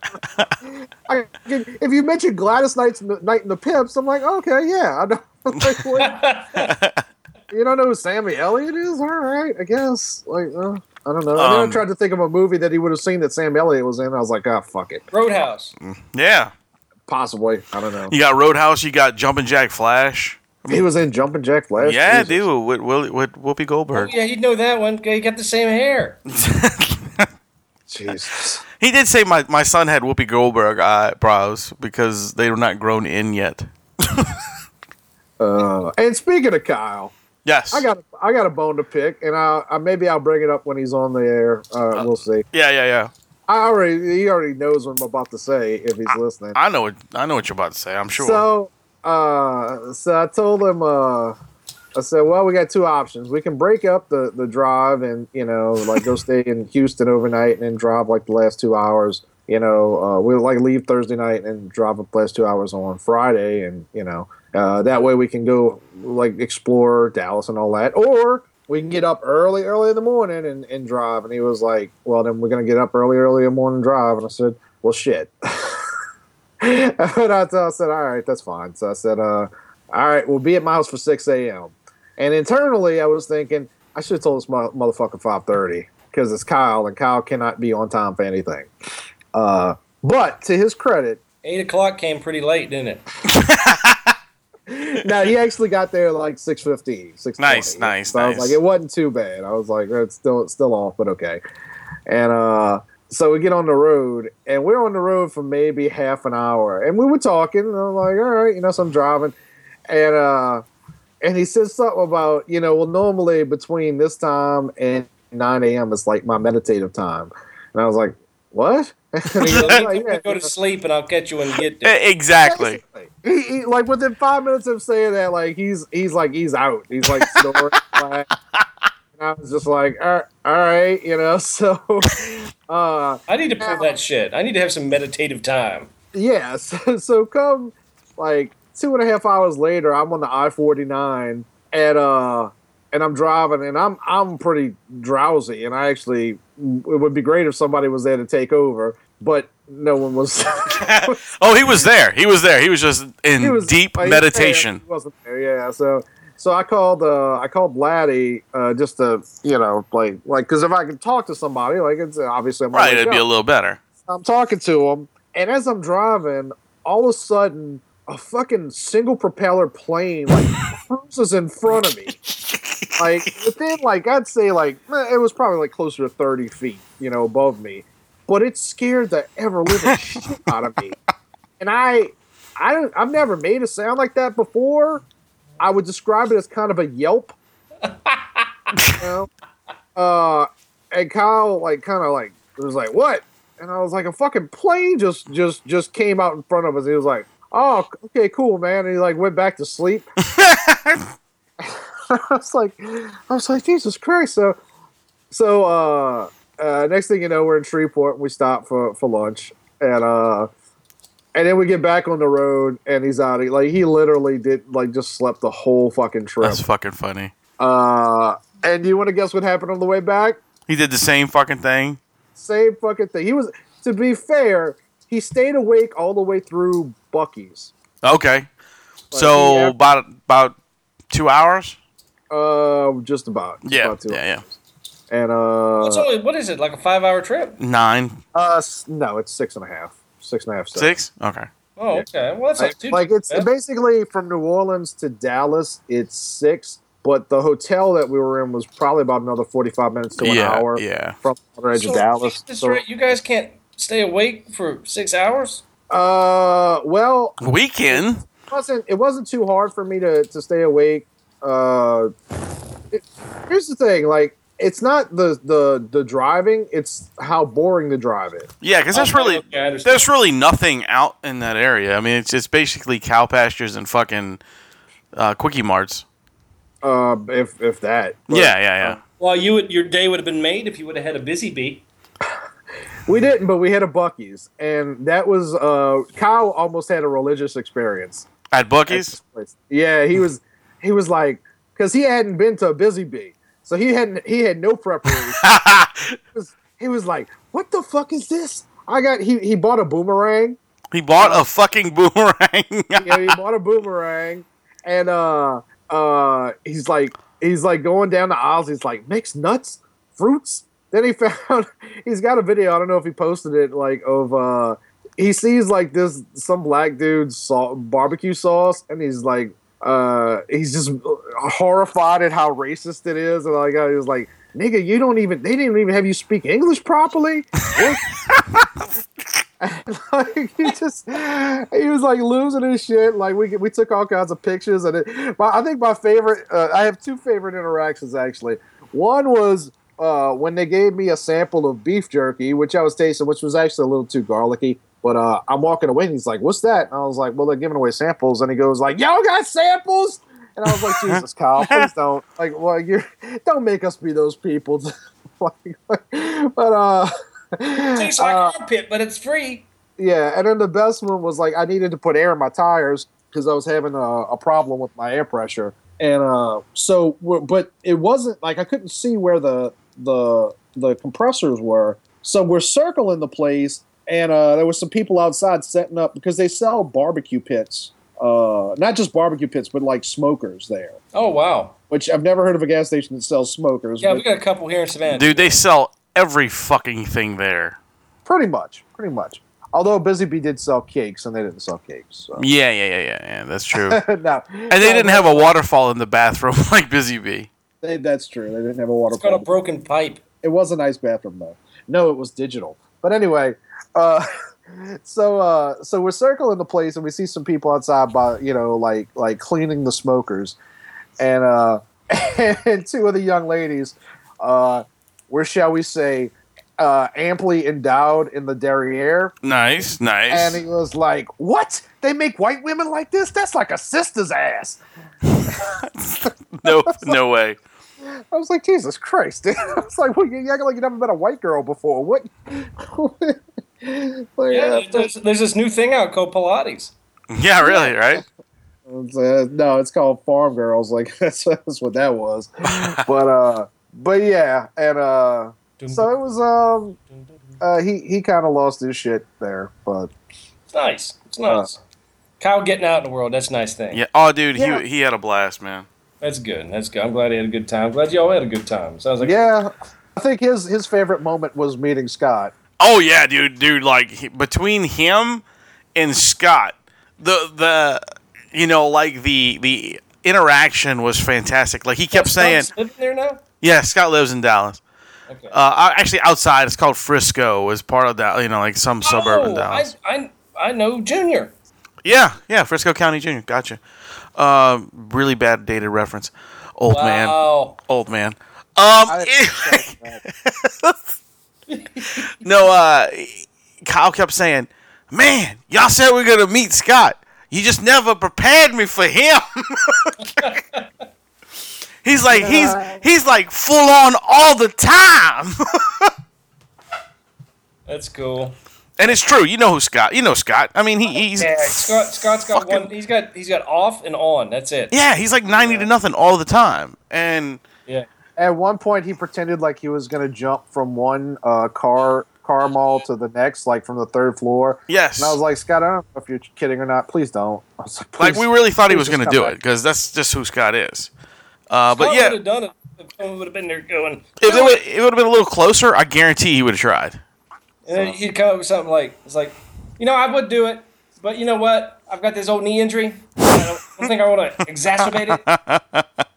[SPEAKER 3] I, if you mention Gladys Knight's N- Knight and the Pips, I'm like, okay, yeah, I know. like, what? you don't know who Sammy Elliott is? All right, I guess. Like, uh, I don't know. And then
[SPEAKER 2] Um,
[SPEAKER 3] I tried to think of a movie that he would have seen that Sam Elliott was in. I was like, ah, fuck it.
[SPEAKER 4] Roadhouse.
[SPEAKER 2] Yeah.
[SPEAKER 3] Possibly. I don't know.
[SPEAKER 2] You got Roadhouse. You got Jumpin' Jack Flash.
[SPEAKER 3] He was in Jumpin' Jack Flash.
[SPEAKER 2] yeah,
[SPEAKER 3] Jesus. Oh,
[SPEAKER 2] dude. With, Will with Whoopi Goldberg.
[SPEAKER 4] Yeah, you know that one. He got the same hair.
[SPEAKER 3] Jesus.
[SPEAKER 2] He did say my, my son had Whoopi Goldberg eyebrows because they were not grown in yet.
[SPEAKER 3] Uh, and speaking of Kyle,
[SPEAKER 2] Yes.
[SPEAKER 3] I got I got a bone to pick, and I, I maybe I'll bring it up when he's on the air. Uh, we'll see.
[SPEAKER 2] Yeah, yeah, yeah.
[SPEAKER 3] I already he already knows what I'm about to say if he's listening.
[SPEAKER 2] I know what I know what you're about to say. I'm sure.
[SPEAKER 3] So, uh, so I told him, uh, I said, well, we got two options. We can break up the, the drive and, you know, like go stay in Houston overnight and then drive like the last two hours. You know, uh, we'll like leave Thursday night and drive up the last two hours on Friday. And, you know, uh, that way we can go like explore Dallas and all that. Or we can get up early, early in the morning and, and drive. And he was like, well, then we're going to get up early, early in the morning and drive. And I said, well, shit. and I, t- I said, all right, that's fine. So I said, uh, all right, we'll be at my house for 6 a.m. And internally, I was thinking, I should have told this mo- motherfucker 5.30 because it's Kyle, and Kyle cannot be on time for anything. Uh, but to his credit,
[SPEAKER 4] Eight o'clock came pretty late, didn't it?
[SPEAKER 3] no, he actually got there like 6.15, 6.20.
[SPEAKER 2] Nice, nice,
[SPEAKER 3] So I was
[SPEAKER 2] nice.
[SPEAKER 3] like, it wasn't too bad. I was like, it's still, it's still off, but okay. And uh, so we get on the road, and we're on the road for maybe half an hour. And we were talking, and I'm like, all right, you know, so I'm driving. And uh, and he says something about, you know, well, normally between this time and 9 a.m. is like my meditative time. And I was like, what? And he goes, "Yeah, yeah."
[SPEAKER 4] Go to sleep, and I'll catch you when you get there.
[SPEAKER 2] E- exactly.
[SPEAKER 3] Basically. He, he like within five minutes of saying that, like he's he's like he's out. He's like snoring. like, and I was just like, all right, all right you know. So, uh,
[SPEAKER 4] I need to pull that shit. I need to have some meditative time.
[SPEAKER 3] yeah. So, so come like two and a half hours later, I'm on the I forty nine and uh and I'm driving and I'm I'm pretty drowsy and I actually it would be great if somebody was there to take over, but no one was.
[SPEAKER 2] oh, he was there. He was there. He was just in
[SPEAKER 3] He was-
[SPEAKER 2] deep
[SPEAKER 3] uh, he was there,
[SPEAKER 2] meditation.
[SPEAKER 3] he wasn't there, yeah. So, so I called. Uh, I called Laddie uh, just to you know, like, like because if I could talk to somebody, like it's obviously I'm,
[SPEAKER 2] Right,
[SPEAKER 3] like,
[SPEAKER 2] it'd be
[SPEAKER 3] yeah.
[SPEAKER 2] a little better.
[SPEAKER 3] I'm talking to him, and as I'm driving, all of a sudden, a fucking single propeller plane like cruises in front of me. Like within, like I'd say, like eh, it was probably like closer to thirty feet, you know, above me. But it scared the ever living shit out of me, and I, I don't, I've never made a sound like that before. I would describe it as kind of a yelp. you know? uh, and Kyle like kind of like was like what, and I was like a fucking plane just just just came out in front of us. He was like, oh okay cool man, and he like went back to sleep. I was like, I was like Jesus Christ. So so uh, uh, next thing you know, we're in Shreveport. And we stop for for lunch and uh. And then we get back on the road, and he's out. He- Like he literally did, like just slept the whole fucking trip.
[SPEAKER 2] That's fucking funny.
[SPEAKER 3] Uh, and do you want to guess what happened on the way back?
[SPEAKER 2] He did the same fucking thing.
[SPEAKER 3] Same fucking thing. He was, to be fair, he stayed awake all the way through Bucky's.
[SPEAKER 2] Okay.
[SPEAKER 3] he
[SPEAKER 2] so
[SPEAKER 3] had-
[SPEAKER 2] about about two hours.
[SPEAKER 3] Uh, just about. just
[SPEAKER 2] Yeah,
[SPEAKER 3] about two.
[SPEAKER 2] yeah, yeah.
[SPEAKER 3] And uh,
[SPEAKER 4] It's only what is it like a five-hour trip?
[SPEAKER 2] Nine,
[SPEAKER 3] uh, s- no, it's six and a half, six and a half, seven.
[SPEAKER 2] six. Okay.
[SPEAKER 4] Oh, okay. Well, that's not too
[SPEAKER 3] Like, like it's
[SPEAKER 4] bad.
[SPEAKER 3] basically from New Orleans to Dallas, it's six. But the hotel that we were in was probably about another forty-five minutes to an
[SPEAKER 2] yeah,
[SPEAKER 3] hour
[SPEAKER 2] yeah.
[SPEAKER 3] from the water edge
[SPEAKER 4] So,
[SPEAKER 3] of Dallas.
[SPEAKER 4] Jesus,
[SPEAKER 3] So,
[SPEAKER 4] right, you guys can't stay awake for six hours.
[SPEAKER 3] uh, well,
[SPEAKER 2] Weekend.
[SPEAKER 3] wasn't it wasn't too hard for me to to stay awake. Uh, it, here's the thing, like it's not the the the driving; it's how boring the drive is.
[SPEAKER 2] Yeah, because there's
[SPEAKER 4] Oh,
[SPEAKER 2] really
[SPEAKER 4] okay, I understand.
[SPEAKER 2] there's really nothing out in that area. I mean, it's it's basically cow pastures and fucking uh, quickie marts.
[SPEAKER 3] Uh, if if that, But
[SPEAKER 2] yeah, yeah, yeah.
[SPEAKER 4] Well, you would your day would have been made if you would have had a busy bee.
[SPEAKER 3] we didn't, but we had a Bucky's, and that was uh, Kyle almost had a religious experience.
[SPEAKER 2] At Bucky's.
[SPEAKER 3] Yeah, he was he was like because he hadn't been to a busy bee, so he hadn't he had no preparation. he, was, he was like, "What the fuck is this?" I got he he bought a boomerang.
[SPEAKER 2] He bought a fucking boomerang.
[SPEAKER 3] you know, he bought a boomerang, and uh, uh, he's like, he's like going down the aisles. He's like, mixed nuts, fruits. Then he found he's got a video. I don't know if he posted it, like of uh, he sees like this some black dude saw barbecue sauce, and he's like, uh, he's just horrified at how racist it is, and like uh, he was like, nigga, you don't even they didn't even have you speak English properly. What? And, like he just he was like losing his shit. Like we we took all kinds of pictures, and it, my, I think my favorite uh, I have two favorite interactions actually. One was uh, when they gave me a sample of beef jerky, which I was tasting, which was actually a little too garlicky. But uh, I'm walking away, and he's like, "What's that?" And I was like, "Well, they're giving away samples." And he goes like, "Y'all got samples?" And I was like, "Jesus, Kyle, please don't like, well, you don't make us be those people." like, like, but uh,
[SPEAKER 4] It tastes like
[SPEAKER 2] Uh,
[SPEAKER 4] armpit, but it's free.
[SPEAKER 3] yeah, and then the best one was like I needed to put air in my tires because I was having a, a problem with my air pressure, and uh, so w- but it wasn't like I couldn't see where the the the compressors were. So we're circling the place, and uh, there was some people outside setting up because they sell barbecue pits, uh, not just barbecue pits, but like smokers there.
[SPEAKER 4] Oh wow.
[SPEAKER 3] Which I've never heard of a gas station that sells smokers.
[SPEAKER 4] Yeah,
[SPEAKER 3] but-
[SPEAKER 4] we got a couple here in Savannah.
[SPEAKER 2] Dude, they sell every fucking thing there.
[SPEAKER 3] pretty much, pretty much. Although Busy Bee did sell cakes, and they didn't sell cakes. So.
[SPEAKER 2] Yeah, yeah, yeah, yeah, yeah. That's true. and
[SPEAKER 3] no,
[SPEAKER 2] they didn't have a waterfall in the bathroom like Busy Bee.
[SPEAKER 3] They, that's true. They didn't have a water
[SPEAKER 4] It's called
[SPEAKER 3] problem.
[SPEAKER 4] a broken pipe.
[SPEAKER 3] it was a nice bathroom though. No, it was digital. But anyway, uh, so uh, so we're circling the place and we see some people outside by you know like like cleaning the smokers, and uh, and two of the young ladies, uh, where shall we say, uh, amply endowed in the derriere,
[SPEAKER 2] Nice, nice.
[SPEAKER 3] and he was like, "What? They make white women like this? That's like a sister's ass."
[SPEAKER 2] no, no way.
[SPEAKER 3] I was like, Jesus Christ, dude. I was like, well, you you acting like you never met a white girl before. What? Like,
[SPEAKER 4] Yeah,
[SPEAKER 3] uh,
[SPEAKER 4] there's, there's, there's this new thing out called Pilates.
[SPEAKER 2] Yeah, really, right?
[SPEAKER 3] it's, uh, no, it's called Farm Girls. Like, that's, that's what that was. But, uh, but yeah. And, uh, so it was, um, uh, he, he kind of lost his shit there, but
[SPEAKER 4] It's nice. It's nice. Kyle getting out in the world. That's a nice thing.
[SPEAKER 2] Uh, Yeah. Oh, dude,
[SPEAKER 3] Yeah.
[SPEAKER 2] he he had a blast, man.
[SPEAKER 4] That's good. That's good. I'm glad he had a good time. Glad y'all had a good time. Sounds like
[SPEAKER 3] yeah, I think his, his favorite moment was meeting Scott.
[SPEAKER 2] Oh yeah, dude, dude. Like he, between him and Scott, the the you know like the the interaction was fantastic. Like he kept saying,
[SPEAKER 4] Scott's living there now.
[SPEAKER 2] yeah, Scott lives in Dallas.
[SPEAKER 4] Okay.
[SPEAKER 2] Uh, I- actually, outside it's called Frisco, is part of that you know like some
[SPEAKER 4] oh,
[SPEAKER 2] suburban
[SPEAKER 4] I,
[SPEAKER 2] Dallas.
[SPEAKER 4] I I know Junior.
[SPEAKER 2] Yeah, yeah, Frisco County Junior. Gotcha. Um, really bad dated reference. Old man,
[SPEAKER 4] Wow.
[SPEAKER 2] old man. Um, no, uh, Kyle kept saying, "Man, y'all said we're gonna meet Scott. You just never prepared me for him." he's like, he's he's like full on all the time,
[SPEAKER 4] That's cool.
[SPEAKER 2] and it's true. You know who Scott? You know Scott? I mean, he, he's
[SPEAKER 4] Yeah, Scott. Scott's got
[SPEAKER 2] Fucking-
[SPEAKER 4] one. He's got he's got off and on. That's it.
[SPEAKER 2] yeah, he's like ninety to nothing all the time, and
[SPEAKER 4] Yeah.
[SPEAKER 3] At one point, he pretended like he was going to jump from one uh, car car mall to the next, like from the third floor.
[SPEAKER 2] yes,
[SPEAKER 3] And I was like, Scott, I don't know if you're kidding or not. Please don't. I was like,
[SPEAKER 2] like
[SPEAKER 3] please-
[SPEAKER 2] we really thought he
[SPEAKER 3] please
[SPEAKER 2] was
[SPEAKER 3] just
[SPEAKER 2] gonna
[SPEAKER 3] come
[SPEAKER 2] do
[SPEAKER 3] back.
[SPEAKER 2] it because that's just who Scott is. Uh, but
[SPEAKER 4] Scott
[SPEAKER 2] yeah,
[SPEAKER 4] would have done it. if Someone would have been there going.
[SPEAKER 2] if it would, it would have been a little closer, I guarantee he would have tried.
[SPEAKER 4] And then he'd come up with something like, "It's like, you know, I would do it, but you know what? I've got this old knee injury. I don't, I don't think I want to exacerbate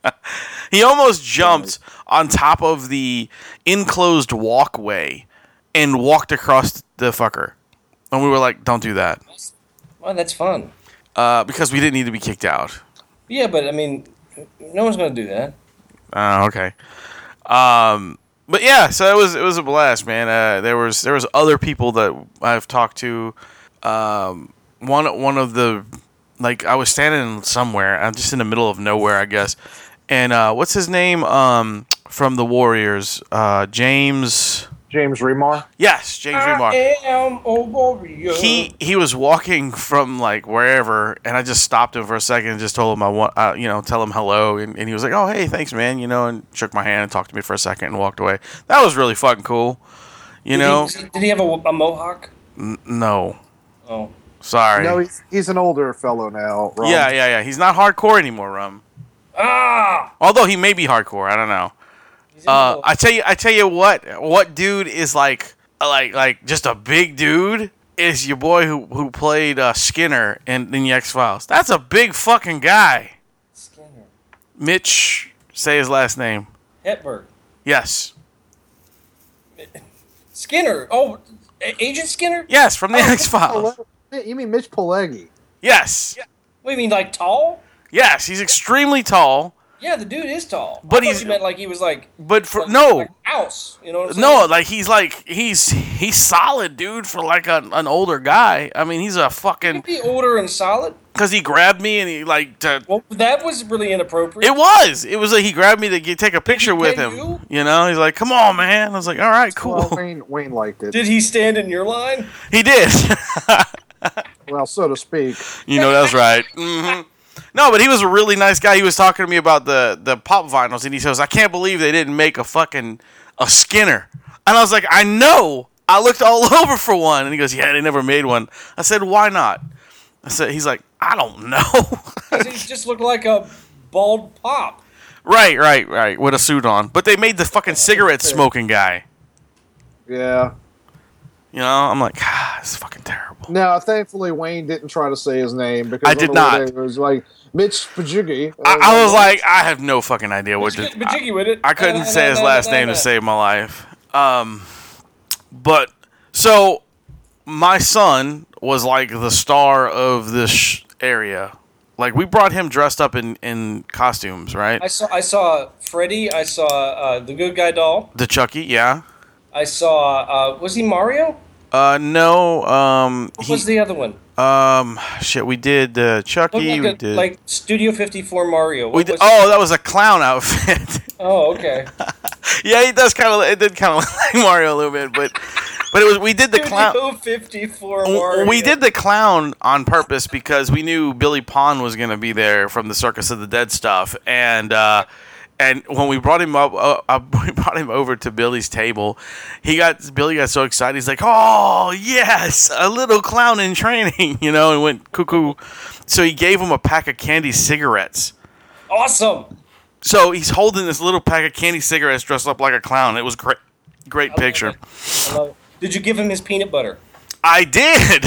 [SPEAKER 4] it.
[SPEAKER 2] He almost jumped on top of the enclosed walkway and walked across the fucker. And we were like, don't do that.
[SPEAKER 4] Well, that's fun.
[SPEAKER 2] Uh, because we didn't need to be kicked out.
[SPEAKER 4] Yeah, but I mean, no one's gonna do that.
[SPEAKER 2] Oh, okay. Um, but yeah, so it was it was a blast, man. Uh, there was there was other people that I've talked to. Um, one one of the like I was standing somewhere, I'm just in the middle of nowhere, I guess. And uh, what's his name um, from the Warriors? Uh, James.
[SPEAKER 3] James Remar.
[SPEAKER 2] Yes, James Remar.
[SPEAKER 4] I am a warrior.
[SPEAKER 2] he he was walking from like wherever, and I just stopped him for a second and just told him I want, uh, you know, tell him hello, and, and he was like, "Oh, hey, thanks, man," you know, and shook my hand and talked to me for a second and walked away. That was really fucking cool, you
[SPEAKER 4] Did he-
[SPEAKER 2] know.
[SPEAKER 4] did he have a, a mohawk?
[SPEAKER 2] No,
[SPEAKER 4] Oh,
[SPEAKER 2] sorry.
[SPEAKER 3] No, he's, he's an older fellow now. Ron.
[SPEAKER 2] yeah, yeah, yeah. He's not hardcore anymore, Rum.
[SPEAKER 4] ah,
[SPEAKER 2] Although he may be hardcore, I don't know.
[SPEAKER 4] He's in the
[SPEAKER 2] Uh,
[SPEAKER 4] middle.
[SPEAKER 2] I tell you, I tell you what, what dude is like, like, like just a big dude is your boy who who played uh, Skinner in, in the X Files. That's a big fucking guy.
[SPEAKER 4] Skinner.
[SPEAKER 2] Mitch, say his last name.
[SPEAKER 4] Hepburn.
[SPEAKER 2] Yes,
[SPEAKER 4] Skinner. Oh, A- Agent Skinner?
[SPEAKER 2] yes, from the X Files.
[SPEAKER 3] Pele- You mean Mitch Pileggi?
[SPEAKER 2] Yes,
[SPEAKER 4] What do you mean, like tall?
[SPEAKER 2] yes, he's extremely tall,
[SPEAKER 4] Yeah, the dude is tall. I
[SPEAKER 2] But
[SPEAKER 4] thought
[SPEAKER 2] he's-
[SPEAKER 4] you meant like he was like
[SPEAKER 2] but for
[SPEAKER 4] like-
[SPEAKER 2] no,
[SPEAKER 4] like house. You know what I'm saying?
[SPEAKER 2] no, like he's like he's he's solid, dude, for like an, an older guy. I mean, he's a fucking
[SPEAKER 4] be older and solid.
[SPEAKER 2] because he grabbed me and he like to,
[SPEAKER 4] Well, that was really inappropriate.
[SPEAKER 2] It was. It was like he grabbed me to get, take a picture with
[SPEAKER 4] pay
[SPEAKER 2] him.
[SPEAKER 4] you?
[SPEAKER 2] You know, he's like, "Come on, man." I was like, "All right, cool."
[SPEAKER 3] Well, Wayne, Wayne liked it.
[SPEAKER 4] Did he stand in your line?
[SPEAKER 2] he did.
[SPEAKER 3] well, so to speak.
[SPEAKER 2] you know, that's right. hmm No, but he was a really nice guy. He was talking to me about the the pop vinyls, and he says, "I can't believe they didn't make a fucking a Skinner." And I was like, "I know. I looked all over for one." And he goes, "Yeah, they never made one." I said, "Why not?" I said, "He's like, I don't know."
[SPEAKER 4] 'Cause He just looked like a bald pop.
[SPEAKER 2] right, right, right. With a suit on, but they made the fucking cigarette smoking guy.
[SPEAKER 3] Yeah.
[SPEAKER 2] You know, I'm like, ah, it's fucking terrible.
[SPEAKER 3] Now, thankfully, Wayne didn't try to say his name because
[SPEAKER 2] I did not.
[SPEAKER 3] otherwise It was like Mitch Pajiggy.
[SPEAKER 2] I, I was like, I have no fucking idea what to.
[SPEAKER 4] But
[SPEAKER 2] I,
[SPEAKER 4] jiggy with it.
[SPEAKER 2] I couldn't say his last name to save my life. Um, but so my son was like the star of this area. Like we brought him dressed up in in costumes, right?
[SPEAKER 4] I saw. I saw Freddy. I saw uh, the good guy doll.
[SPEAKER 2] The Chucky, yeah.
[SPEAKER 4] I saw. Uh, was he Mario?
[SPEAKER 2] Uh, no. Um,
[SPEAKER 4] What
[SPEAKER 2] he,
[SPEAKER 4] was the other one?
[SPEAKER 2] um, shit. We did uh,
[SPEAKER 4] Looked
[SPEAKER 2] Chucky.
[SPEAKER 4] like,
[SPEAKER 2] we
[SPEAKER 4] a-
[SPEAKER 2] did.
[SPEAKER 4] like Studio 54 Mario. What
[SPEAKER 2] we did,
[SPEAKER 4] was it?
[SPEAKER 2] oh, that was a clown outfit.
[SPEAKER 4] Oh, okay.
[SPEAKER 2] Yeah, he does kind of. It did kind of look like Mario a little bit, but but it was we did the clown.
[SPEAKER 4] Studio 54 Mario.
[SPEAKER 2] We did the clown on purpose because we knew Billy Pond was going to be there from the Circus of the Dead stuff, and uh, and when we brought him up, uh, uh, we brought him over to Billy's table. He got Billy got so excited. He's like, "Oh yes, a little clown in training," you know, and went cuckoo. So he gave him a pack of candy cigarettes.
[SPEAKER 4] awesome.
[SPEAKER 2] So he's holding this little pack of candy cigarettes dressed up like a clown. It was great, great picture.
[SPEAKER 4] I love it. Did you give him his peanut butter?
[SPEAKER 2] I did.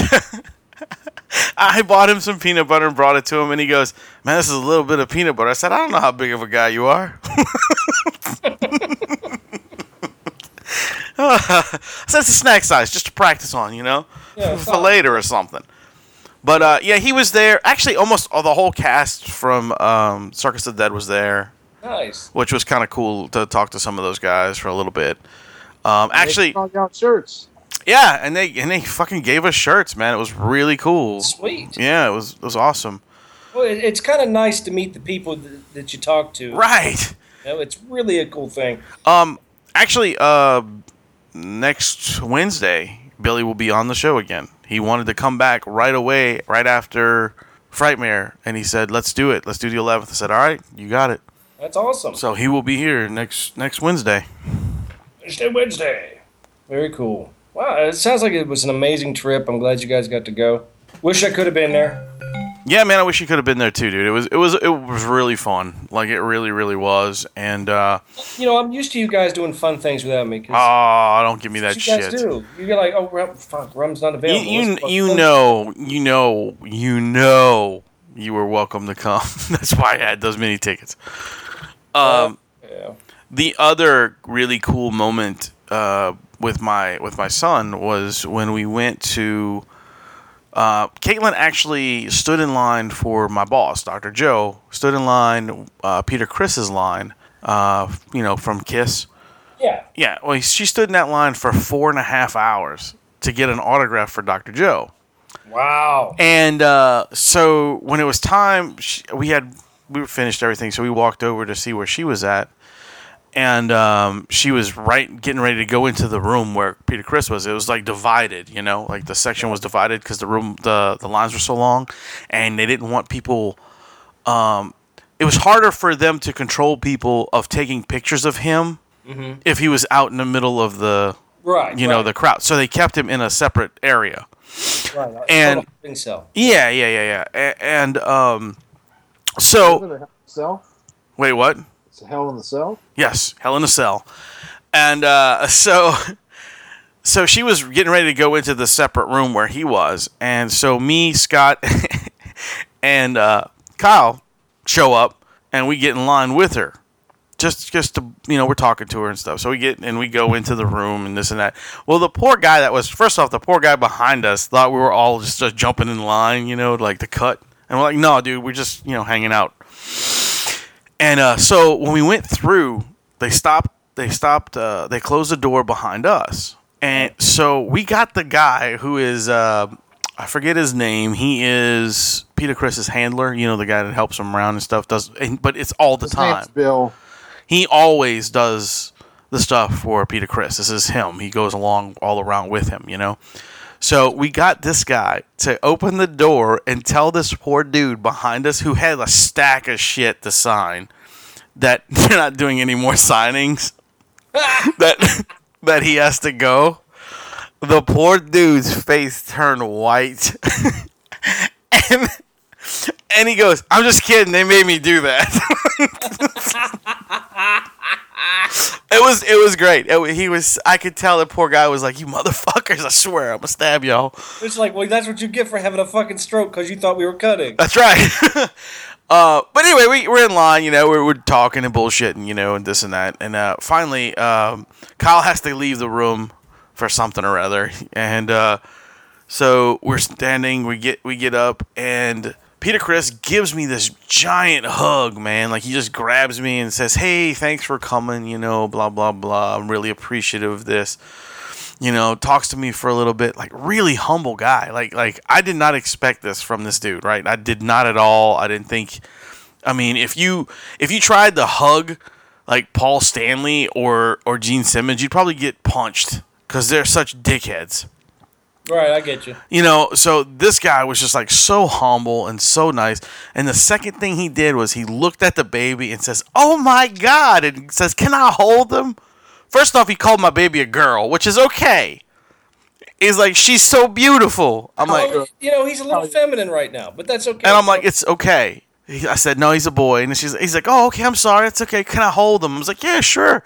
[SPEAKER 2] I bought him some peanut butter and brought it to him, and he goes, "Man, this is a little bit of peanut butter." I said, "I don't know how big of a guy you are." I said, "It's a snack size, just to practice on, you know,
[SPEAKER 4] Yeah, it's
[SPEAKER 2] for
[SPEAKER 4] fine.
[SPEAKER 2] later or something." But uh, yeah, he was there. Actually, almost all the whole cast from um, Circus of the Dead was there,
[SPEAKER 4] Nice.
[SPEAKER 2] which was kind of cool to talk to some of those guys for a little bit. Um, actually,
[SPEAKER 3] on y'all shirts.
[SPEAKER 2] yeah, and they and they fucking gave us shirts, man. It was really cool.
[SPEAKER 4] Sweet.
[SPEAKER 2] Yeah, it was it was awesome.
[SPEAKER 4] Well, it, it's kind of nice to meet the people that, that you talk to.
[SPEAKER 2] Right.
[SPEAKER 4] You know, it's really a cool thing.
[SPEAKER 2] Um actually uh next Wednesday Billy will be on the show again. He wanted to come back right away right after Frightmare and he said, "Let's do it. Let's do the 11th." I said, "All right, you got it."
[SPEAKER 4] That's awesome.
[SPEAKER 2] So he will be here next next Wednesday.
[SPEAKER 4] Wednesday, Wednesday. Very cool. Wow, it sounds like it was an amazing trip. I'm glad you guys got to go. Wish I could have been there.
[SPEAKER 2] Yeah, man, I wish you could have been there too, dude. It was it was it was really fun. Like it really really was and uh
[SPEAKER 4] You know, I'm used to you guys doing fun things without me. 'cause
[SPEAKER 2] oh, don't give me that
[SPEAKER 4] what you
[SPEAKER 2] shit.
[SPEAKER 4] guys do. You get like, oh, Rum, fuck, Rum's not
[SPEAKER 2] You,
[SPEAKER 4] available.
[SPEAKER 2] you,
[SPEAKER 4] Let's fuck
[SPEAKER 2] you
[SPEAKER 4] Rum.
[SPEAKER 2] know, you know, you know, you were welcome to come. That's why I had those many tickets. Um,
[SPEAKER 4] Yeah.
[SPEAKER 2] the other really cool moment uh, with my with my son was when we went to. Uh, Caitlin actually stood in line for my boss, Dr. Joe. Stood in line, uh, Peter Chris's line. Uh, you know, from Kiss.
[SPEAKER 4] Yeah.
[SPEAKER 2] Yeah, well, she stood in that line for four and a half hours to get an autograph for Dr. Joe.
[SPEAKER 4] Wow.
[SPEAKER 2] And uh, so when it was time, she, we had we were finished everything, so we walked over to see where she was at, and um, she was right getting ready to go into the room where Peter Chris was. It was like divided, you know, like the section was divided because the room the the lines were so long, and they didn't want people. Um, it was harder for them to control people of taking pictures of him if he was out in the middle of the
[SPEAKER 4] Right.
[SPEAKER 2] you know the crowd. So they kept him in a separate area.
[SPEAKER 4] the right, right.
[SPEAKER 2] and-
[SPEAKER 4] I don't think so.
[SPEAKER 2] Yeah, yeah, yeah, yeah. A- and um, so
[SPEAKER 3] It's a hell in a cell.
[SPEAKER 2] wait, what?
[SPEAKER 3] It's a hell in the cell.
[SPEAKER 2] Yes, Hell in a Cell, and uh, so so she was getting ready to go into the separate room where he was, and so me, Scott, and uh, Kyle show up, and we get in line with her. Just, just to you know, we're talking to her and stuff. So we get and we go into the room and this and that. Well, the poor guy that was first off, the poor guy behind us thought we were all just, just jumping in line, you know, like the cut. And we're like, no, dude, we're just you know hanging out. And uh, so when we went through, they stopped. They stopped. Uh, they closed the door behind us. And so we got the guy who is uh, I forget his name. He is Peter Chris's handler. You know the guy that helps him around and stuff. Does and, but it's all the
[SPEAKER 3] His
[SPEAKER 2] time.
[SPEAKER 3] name's Bill.
[SPEAKER 2] He always does the stuff for Peter Chris. This is him. He goes along all around with him. You know. So we got this guy to open the door and tell this poor dude behind us who had a stack of shit to sign that they're not doing any more signings. that that he has to go. The poor dude's face turned white. and and he goes, "I'm just kidding. They made me do that." it was it was great. It wa- he was I could tell the poor guy was like, "You motherfuckers, I swear I'm gonna stab y'all."
[SPEAKER 4] It's like, well, that's what you get for having a fucking stroke because you thought we were cutting.
[SPEAKER 2] That's right. uh, but anyway, we, we're in line, you know, we're, we're talking and bullshitting, you know, and this and that. And uh, finally, um, Kyle has to leave the room for something or other. And uh, so we're standing, we get we get up, and Peter Chris gives me this giant hug, man. Like he just grabs me and says, "Hey, thanks for coming," you know, blah blah blah. I'm really appreciative of this you know, talks to me for a little bit, like really humble guy. Like like I did not expect this from this dude, right? I did not at all. I didn't think I mean, if you if you tried to hug like Paul Stanley or or Gene Simmons, you'd probably get punched cuz they're such dickheads.
[SPEAKER 4] All right, I get you.
[SPEAKER 2] You know, so this guy was just like so humble and so nice. And the second thing he did was he looked at the baby and says, "Oh my god." And says, "Can I hold them?" First off, he called my baby a girl, which is okay. He's like, "She's so beautiful." I'm like, uh,
[SPEAKER 4] Oh, you know, he's a little feminine right now, but that's okay.
[SPEAKER 2] and I'm like, it's okay. He, I said, no, he's a boy. And she's, he's like, oh, okay, I'm sorry. It's okay. Can I hold him? I was like, yeah, sure.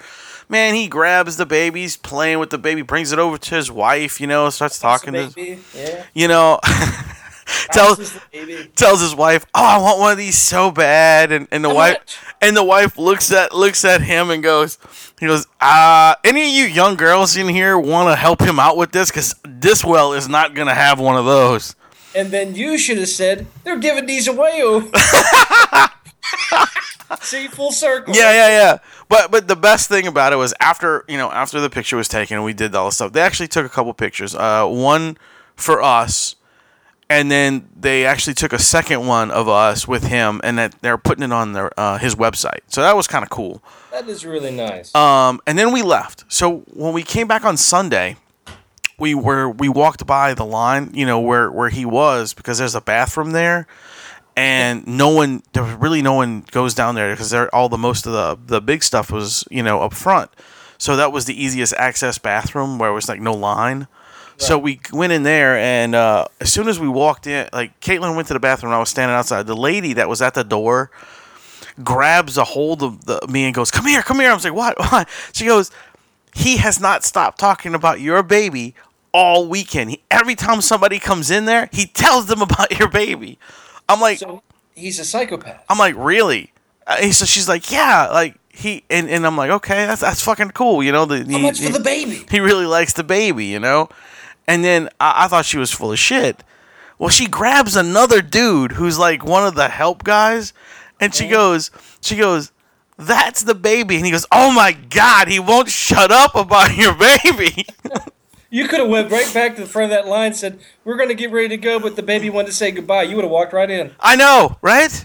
[SPEAKER 2] Man, he grabs the baby. He's playing with the baby, brings it over to his wife, you know, starts talking to,
[SPEAKER 4] baby. Yeah.
[SPEAKER 2] you know, tells,
[SPEAKER 4] This is the baby.
[SPEAKER 2] tells his wife, oh, I want one of these so bad. And, and the
[SPEAKER 4] How
[SPEAKER 2] wife,
[SPEAKER 4] much?
[SPEAKER 2] and the wife looks at, looks at him and goes, he goes, uh, any of you young girls in here want to help him out with this? Cause this well is not going to have one of those.
[SPEAKER 4] And then you should have said, they're giving these away. oh." See, full circle.
[SPEAKER 2] Yeah, yeah, yeah. But but the best thing about it was after you know after the picture was taken and we did all the stuff. They actually took a couple pictures. Uh, one for us, and then they actually took a second one of us with him, and that they're putting it on their uh, his website. So that was kind of cool.
[SPEAKER 4] That is really nice.
[SPEAKER 2] Um, and then we left. So when we came back on Sunday, we were we walked by the line, you know, where where he was because there's a bathroom there, and no one there was really no one goes down there because they're all the most of the the big stuff was you know up front. So that was the easiest access bathroom where it was like no line. So we went in there, and uh, as soon as we walked in, like Caitlin went to the bathroom, and I was standing outside. The lady that was at the door grabs a hold of the, me and goes, "Come here, come here." I was like, "What? What?" She goes, "He has not stopped talking about your baby all weekend. He, every time somebody comes in there, he tells them about your baby." I'm like,
[SPEAKER 4] so he's a psychopath.
[SPEAKER 2] I'm like, really? Uh, so she's like, yeah, like he and, and I'm like, okay, that's that's fucking cool, you know. The,
[SPEAKER 4] How
[SPEAKER 2] he-
[SPEAKER 4] much for
[SPEAKER 2] he-
[SPEAKER 4] the baby?
[SPEAKER 2] he really likes the baby, you know? And then I, I thought she was full of shit. Well, she grabs another dude who's like one of the help guys, and
[SPEAKER 4] Oh.
[SPEAKER 2] she goes, she goes, that's the baby. And he goes, oh my God, he won't shut up about your baby.
[SPEAKER 4] You could have went right back to the front of that line and said, We're going to get ready to go, but the baby wanted to say goodbye. You would have walked right in.
[SPEAKER 2] I know, right?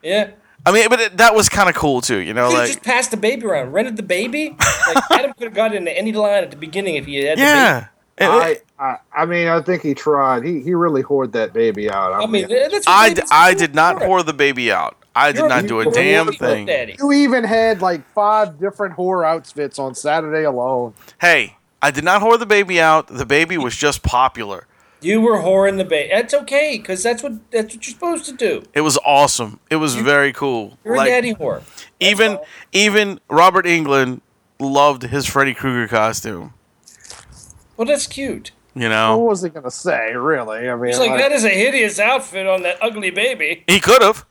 [SPEAKER 4] Yeah.
[SPEAKER 2] I mean, but it, that was kind of cool too, you know?
[SPEAKER 4] Could have
[SPEAKER 2] Like,
[SPEAKER 4] just passed the baby around, rented the baby. Like, Adam could have got into any line at the beginning if he had the
[SPEAKER 2] yeah. It-
[SPEAKER 3] I, I, I mean, I think he tried. He he really hoarded that baby out.
[SPEAKER 4] baby. I mean,
[SPEAKER 3] mean,
[SPEAKER 4] that's what
[SPEAKER 2] I, d-
[SPEAKER 4] babies
[SPEAKER 2] I
[SPEAKER 4] do
[SPEAKER 2] did not
[SPEAKER 4] for.
[SPEAKER 2] pour the baby out. I did
[SPEAKER 4] You're
[SPEAKER 2] not do a
[SPEAKER 4] you're
[SPEAKER 2] damn
[SPEAKER 4] baby
[SPEAKER 2] thing.
[SPEAKER 4] daddy.
[SPEAKER 3] you even had like five different whore outfits on Saturday alone.
[SPEAKER 2] Hey, I did not whore the baby out. The baby was just popular.
[SPEAKER 4] You were whoring the baby. That's okay, because that's what that's what you're supposed to do.
[SPEAKER 2] It was awesome. It was very cool.
[SPEAKER 4] You're
[SPEAKER 2] like
[SPEAKER 4] a daddy whore.
[SPEAKER 2] even
[SPEAKER 4] all.
[SPEAKER 2] even Robert England loved his Freddy Krueger costume.
[SPEAKER 4] Well, that's cute.
[SPEAKER 2] You
[SPEAKER 3] What
[SPEAKER 2] know,
[SPEAKER 3] was he gonna say? Really? I mean,
[SPEAKER 4] It's like,
[SPEAKER 3] like,
[SPEAKER 4] that is a hideous outfit on that ugly baby.
[SPEAKER 2] he could have.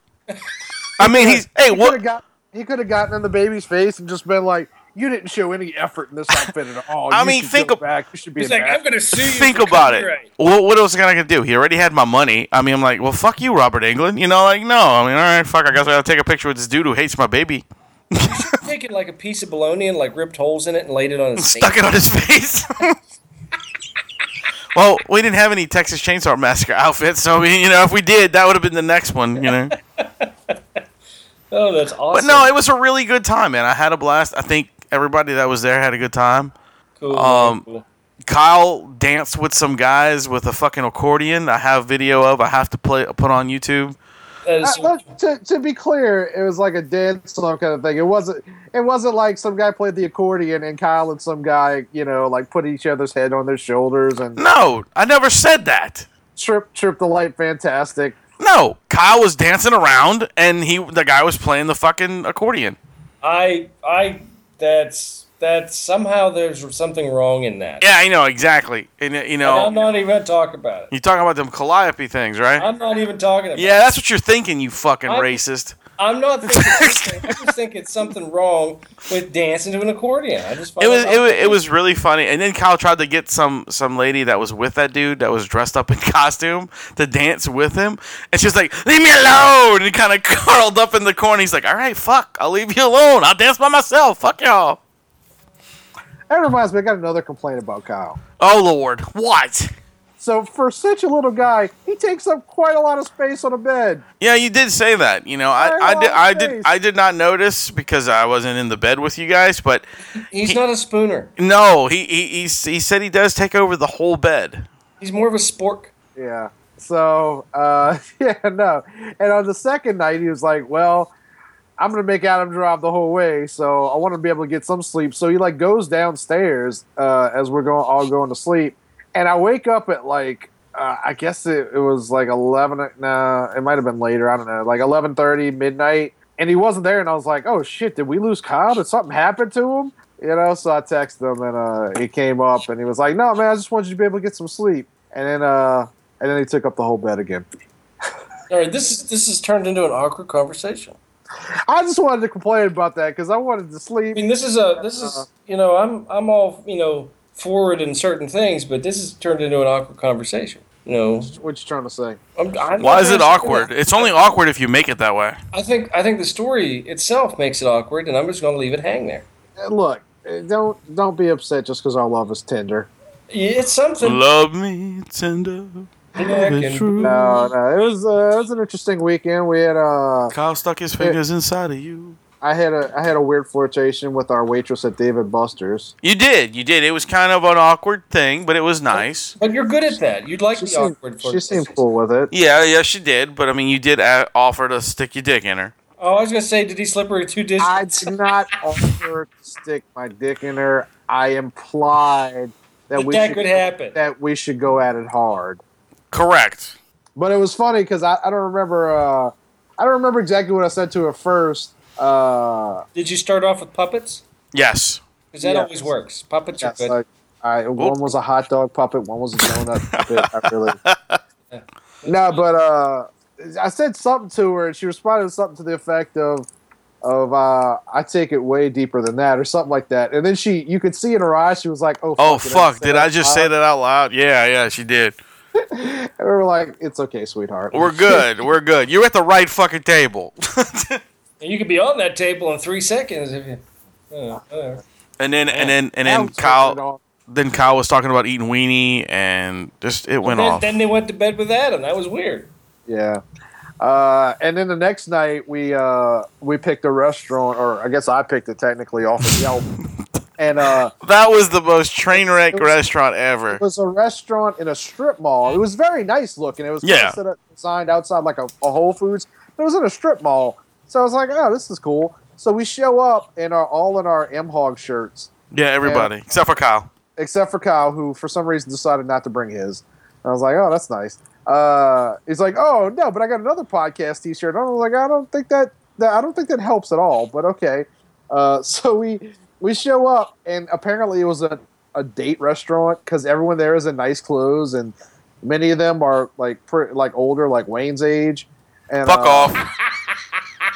[SPEAKER 2] I mean, he's hey,
[SPEAKER 3] he could
[SPEAKER 2] what?
[SPEAKER 3] have got he could have gotten in the baby's face and just been like, "You didn't show any effort in this outfit at all."
[SPEAKER 2] I
[SPEAKER 3] You
[SPEAKER 2] mean,
[SPEAKER 3] should
[SPEAKER 2] think
[SPEAKER 3] go
[SPEAKER 2] ab-
[SPEAKER 3] back. You should be
[SPEAKER 4] He's like, I'm
[SPEAKER 3] embarrassed."
[SPEAKER 4] gonna sue you.
[SPEAKER 2] Think
[SPEAKER 4] for
[SPEAKER 2] about it.
[SPEAKER 4] copyright.
[SPEAKER 2] What, what else was I gonna do? He already had my money. I mean, I'm like, well, fuck you, Robert Englund. You know, like, no. I mean, all right, fuck. I guess I gotta take a picture with this dude who hates my baby.
[SPEAKER 4] Taken like a piece of bologna and like ripped holes in it and laid it on his
[SPEAKER 2] Stuck
[SPEAKER 4] face.
[SPEAKER 2] it on his face. well, we didn't have any Texas Chainsaw Massacre outfits, so I mean, you know, if we did, that would have been the next one. You know.
[SPEAKER 4] Oh, that's awesome.
[SPEAKER 2] But no, it was a really good time, man. I had a blast. I think everybody that was there had a good time.
[SPEAKER 4] cool,
[SPEAKER 2] um,
[SPEAKER 4] cool.
[SPEAKER 2] Kyle danced with some guys with a fucking accordion. I have video of. I have to play put on YouTube.
[SPEAKER 4] That is
[SPEAKER 3] Uh, look, to, to be clear, it was like a dance song kind of thing. It wasn't. It wasn't like some guy played the accordion and Kyle and some guy, you know, like put each other's head on their shoulders and
[SPEAKER 2] No, I never said that.
[SPEAKER 3] trip, trip the light, fantastic.
[SPEAKER 2] No, Kyle was dancing around, and he the guy was playing the fucking accordion.
[SPEAKER 4] I I that's that's somehow there's something wrong in that.
[SPEAKER 2] Yeah, I know exactly. And uh, you
[SPEAKER 4] And I'm
[SPEAKER 2] know,
[SPEAKER 4] not even talking about it.
[SPEAKER 2] you talking about them calliope things, right?
[SPEAKER 4] I'm not even talking about
[SPEAKER 2] Yeah,
[SPEAKER 4] it.
[SPEAKER 2] that's what you're thinking, you fucking
[SPEAKER 4] I'm-
[SPEAKER 2] racist.
[SPEAKER 4] I'm not thinking anything. I just think it's something wrong with dancing to an accordion. I just find
[SPEAKER 2] It was it was,
[SPEAKER 4] awkward.
[SPEAKER 2] it was really funny. And then Kyle tried to get some some lady that was with that dude that was dressed up in costume to dance with him, and she was like, "Leave me alone!" And he kind of curled up in the corner. He's like, "All right, fuck, I'll leave you alone. I'll dance by myself. Fuck y'all."
[SPEAKER 3] That reminds me, I got another complaint about Kyle.
[SPEAKER 2] Oh lord, what?
[SPEAKER 3] So for such a little guy, he takes up quite a lot of space on a bed.
[SPEAKER 2] Yeah, you did say that. You know, I,
[SPEAKER 3] Very
[SPEAKER 2] I did
[SPEAKER 3] long
[SPEAKER 2] I did
[SPEAKER 3] face.
[SPEAKER 2] I did not notice because I wasn't in the bed with you guys, but
[SPEAKER 4] He's not a spooner.
[SPEAKER 2] no, he he he, s- he said he does take over the whole bed.
[SPEAKER 4] He's more of a spork.
[SPEAKER 3] Yeah. So uh, yeah, no. And on the second night, he was like, "Well, I'm gonna make Adam drive the whole way, so I want to be able to get some sleep." So he like goes downstairs uh, as we're going all going to sleep, and I wake up at like uh, I guess it, it was like eleven. o- Nah, it might have been later. I don't know, like eleven thirty, midnight. And he wasn't there, and I was like, "Oh shit! Did we lose Kyle? Did something happen to him?" You know. So I texted him, and uh, he came up, and he was like, "No, man, I just wanted you to be able to get some sleep." And then, uh, and then he took up the whole bed again.
[SPEAKER 4] All right, this is this has turned into an awkward conversation.
[SPEAKER 3] I just wanted to complain about that because I wanted to
[SPEAKER 4] I
[SPEAKER 3] sleep.
[SPEAKER 4] mean, this is a this is you know I'm I'm all you know forward in certain things, but this has turned into an awkward conversation. You know,
[SPEAKER 3] What you trying to say?
[SPEAKER 4] I'm, I'm
[SPEAKER 2] Why is it
[SPEAKER 4] Yeah.
[SPEAKER 2] awkward? It's only awkward if you make it that way.
[SPEAKER 4] I think I think the story itself makes it awkward, and I'm just going to leave it hang there.
[SPEAKER 3] Uh, Look, uh, don't don't be upset just because our love is tender.
[SPEAKER 4] Yeah, It's something.
[SPEAKER 2] Love me tender.
[SPEAKER 4] Black and
[SPEAKER 2] true.
[SPEAKER 3] No, no, it was uh, it was an interesting weekend. We had uh,
[SPEAKER 2] Kyle stuck his fingers inside of you.
[SPEAKER 3] I had a I had a weird flirtation with our waitress at David Buster's.
[SPEAKER 2] You did. You did. It was kind of an awkward thing, but it was nice.
[SPEAKER 4] But you're good at that. You'd like
[SPEAKER 3] She
[SPEAKER 4] the
[SPEAKER 3] seemed,
[SPEAKER 4] awkward.
[SPEAKER 3] she
[SPEAKER 4] flirtatious.
[SPEAKER 3] seemed cool with it.
[SPEAKER 2] Yeah, yeah, she did. But I mean, you did a- offer to stick your dick in her.
[SPEAKER 4] Oh, I was going to say, did he slip her a two digits?
[SPEAKER 3] I did not offer to stick my dick in her. I implied that
[SPEAKER 4] That,
[SPEAKER 3] we
[SPEAKER 4] that
[SPEAKER 3] should,
[SPEAKER 4] could happen.
[SPEAKER 3] that we should go at it hard.
[SPEAKER 2] Correct.
[SPEAKER 3] But it was funny because I, I don't remember uh, I don't remember exactly what I said to her first. Uh,
[SPEAKER 4] Did you start off with puppets?
[SPEAKER 2] Yes.
[SPEAKER 4] Because that
[SPEAKER 3] Yeah.
[SPEAKER 4] always works. Puppets
[SPEAKER 3] yes,
[SPEAKER 4] are good.
[SPEAKER 3] like, I, one was a hot dog puppet, one was a donut puppet. I really no, but uh, I said something to her, and she responded with something to the effect of of uh, I take it way deeper than that, or something like that. And then she, you could see in her eyes, she was like, "Oh,
[SPEAKER 2] Oh
[SPEAKER 3] fuck,
[SPEAKER 2] fuck! Did I just say
[SPEAKER 3] out
[SPEAKER 2] that out loud? Yeah, yeah, she did.
[SPEAKER 3] loud?" And we were like, "It's okay, sweetheart."
[SPEAKER 2] We're good. We're good. You're at the right fucking table.
[SPEAKER 4] And you could be on that table in three seconds if you. Uh, uh,
[SPEAKER 2] and then, and then, and
[SPEAKER 3] That
[SPEAKER 2] then
[SPEAKER 3] was turned
[SPEAKER 2] Kyle.
[SPEAKER 3] off.
[SPEAKER 2] Then Kyle was talking about eating weenie, and just it went
[SPEAKER 4] then,
[SPEAKER 2] off.
[SPEAKER 4] then they went to bed with Adam. That was weird.
[SPEAKER 3] Yeah. Uh, and then the next night we uh, we picked a restaurant, or I guess I picked it technically off of Yelp. and uh,
[SPEAKER 2] That was the most train wreck
[SPEAKER 3] It was-
[SPEAKER 2] restaurant ever.
[SPEAKER 3] it was a restaurant in a strip mall. It was very nice looking. It was kinda
[SPEAKER 2] Yeah.
[SPEAKER 3] set up designed outside like a, a Whole Foods. It was in a strip mall, so I was like, oh, this is cool. So we show up in our all in our M Hog shirts,
[SPEAKER 2] Yeah, everybody except for Kyle.
[SPEAKER 3] except for Kyle, who for some reason decided not to bring his. And I was like, oh, that's nice. Uh, he's like, oh no, but I got another podcast T-shirt. And I was like, I don't think that, that I don't think that helps at all. But okay. Uh, so we we show up, and apparently it was an a date restaurant because everyone there is in nice clothes and many of them are like pre- like older, like Wayne's age. And,
[SPEAKER 2] Fuck
[SPEAKER 3] uh,
[SPEAKER 2] off.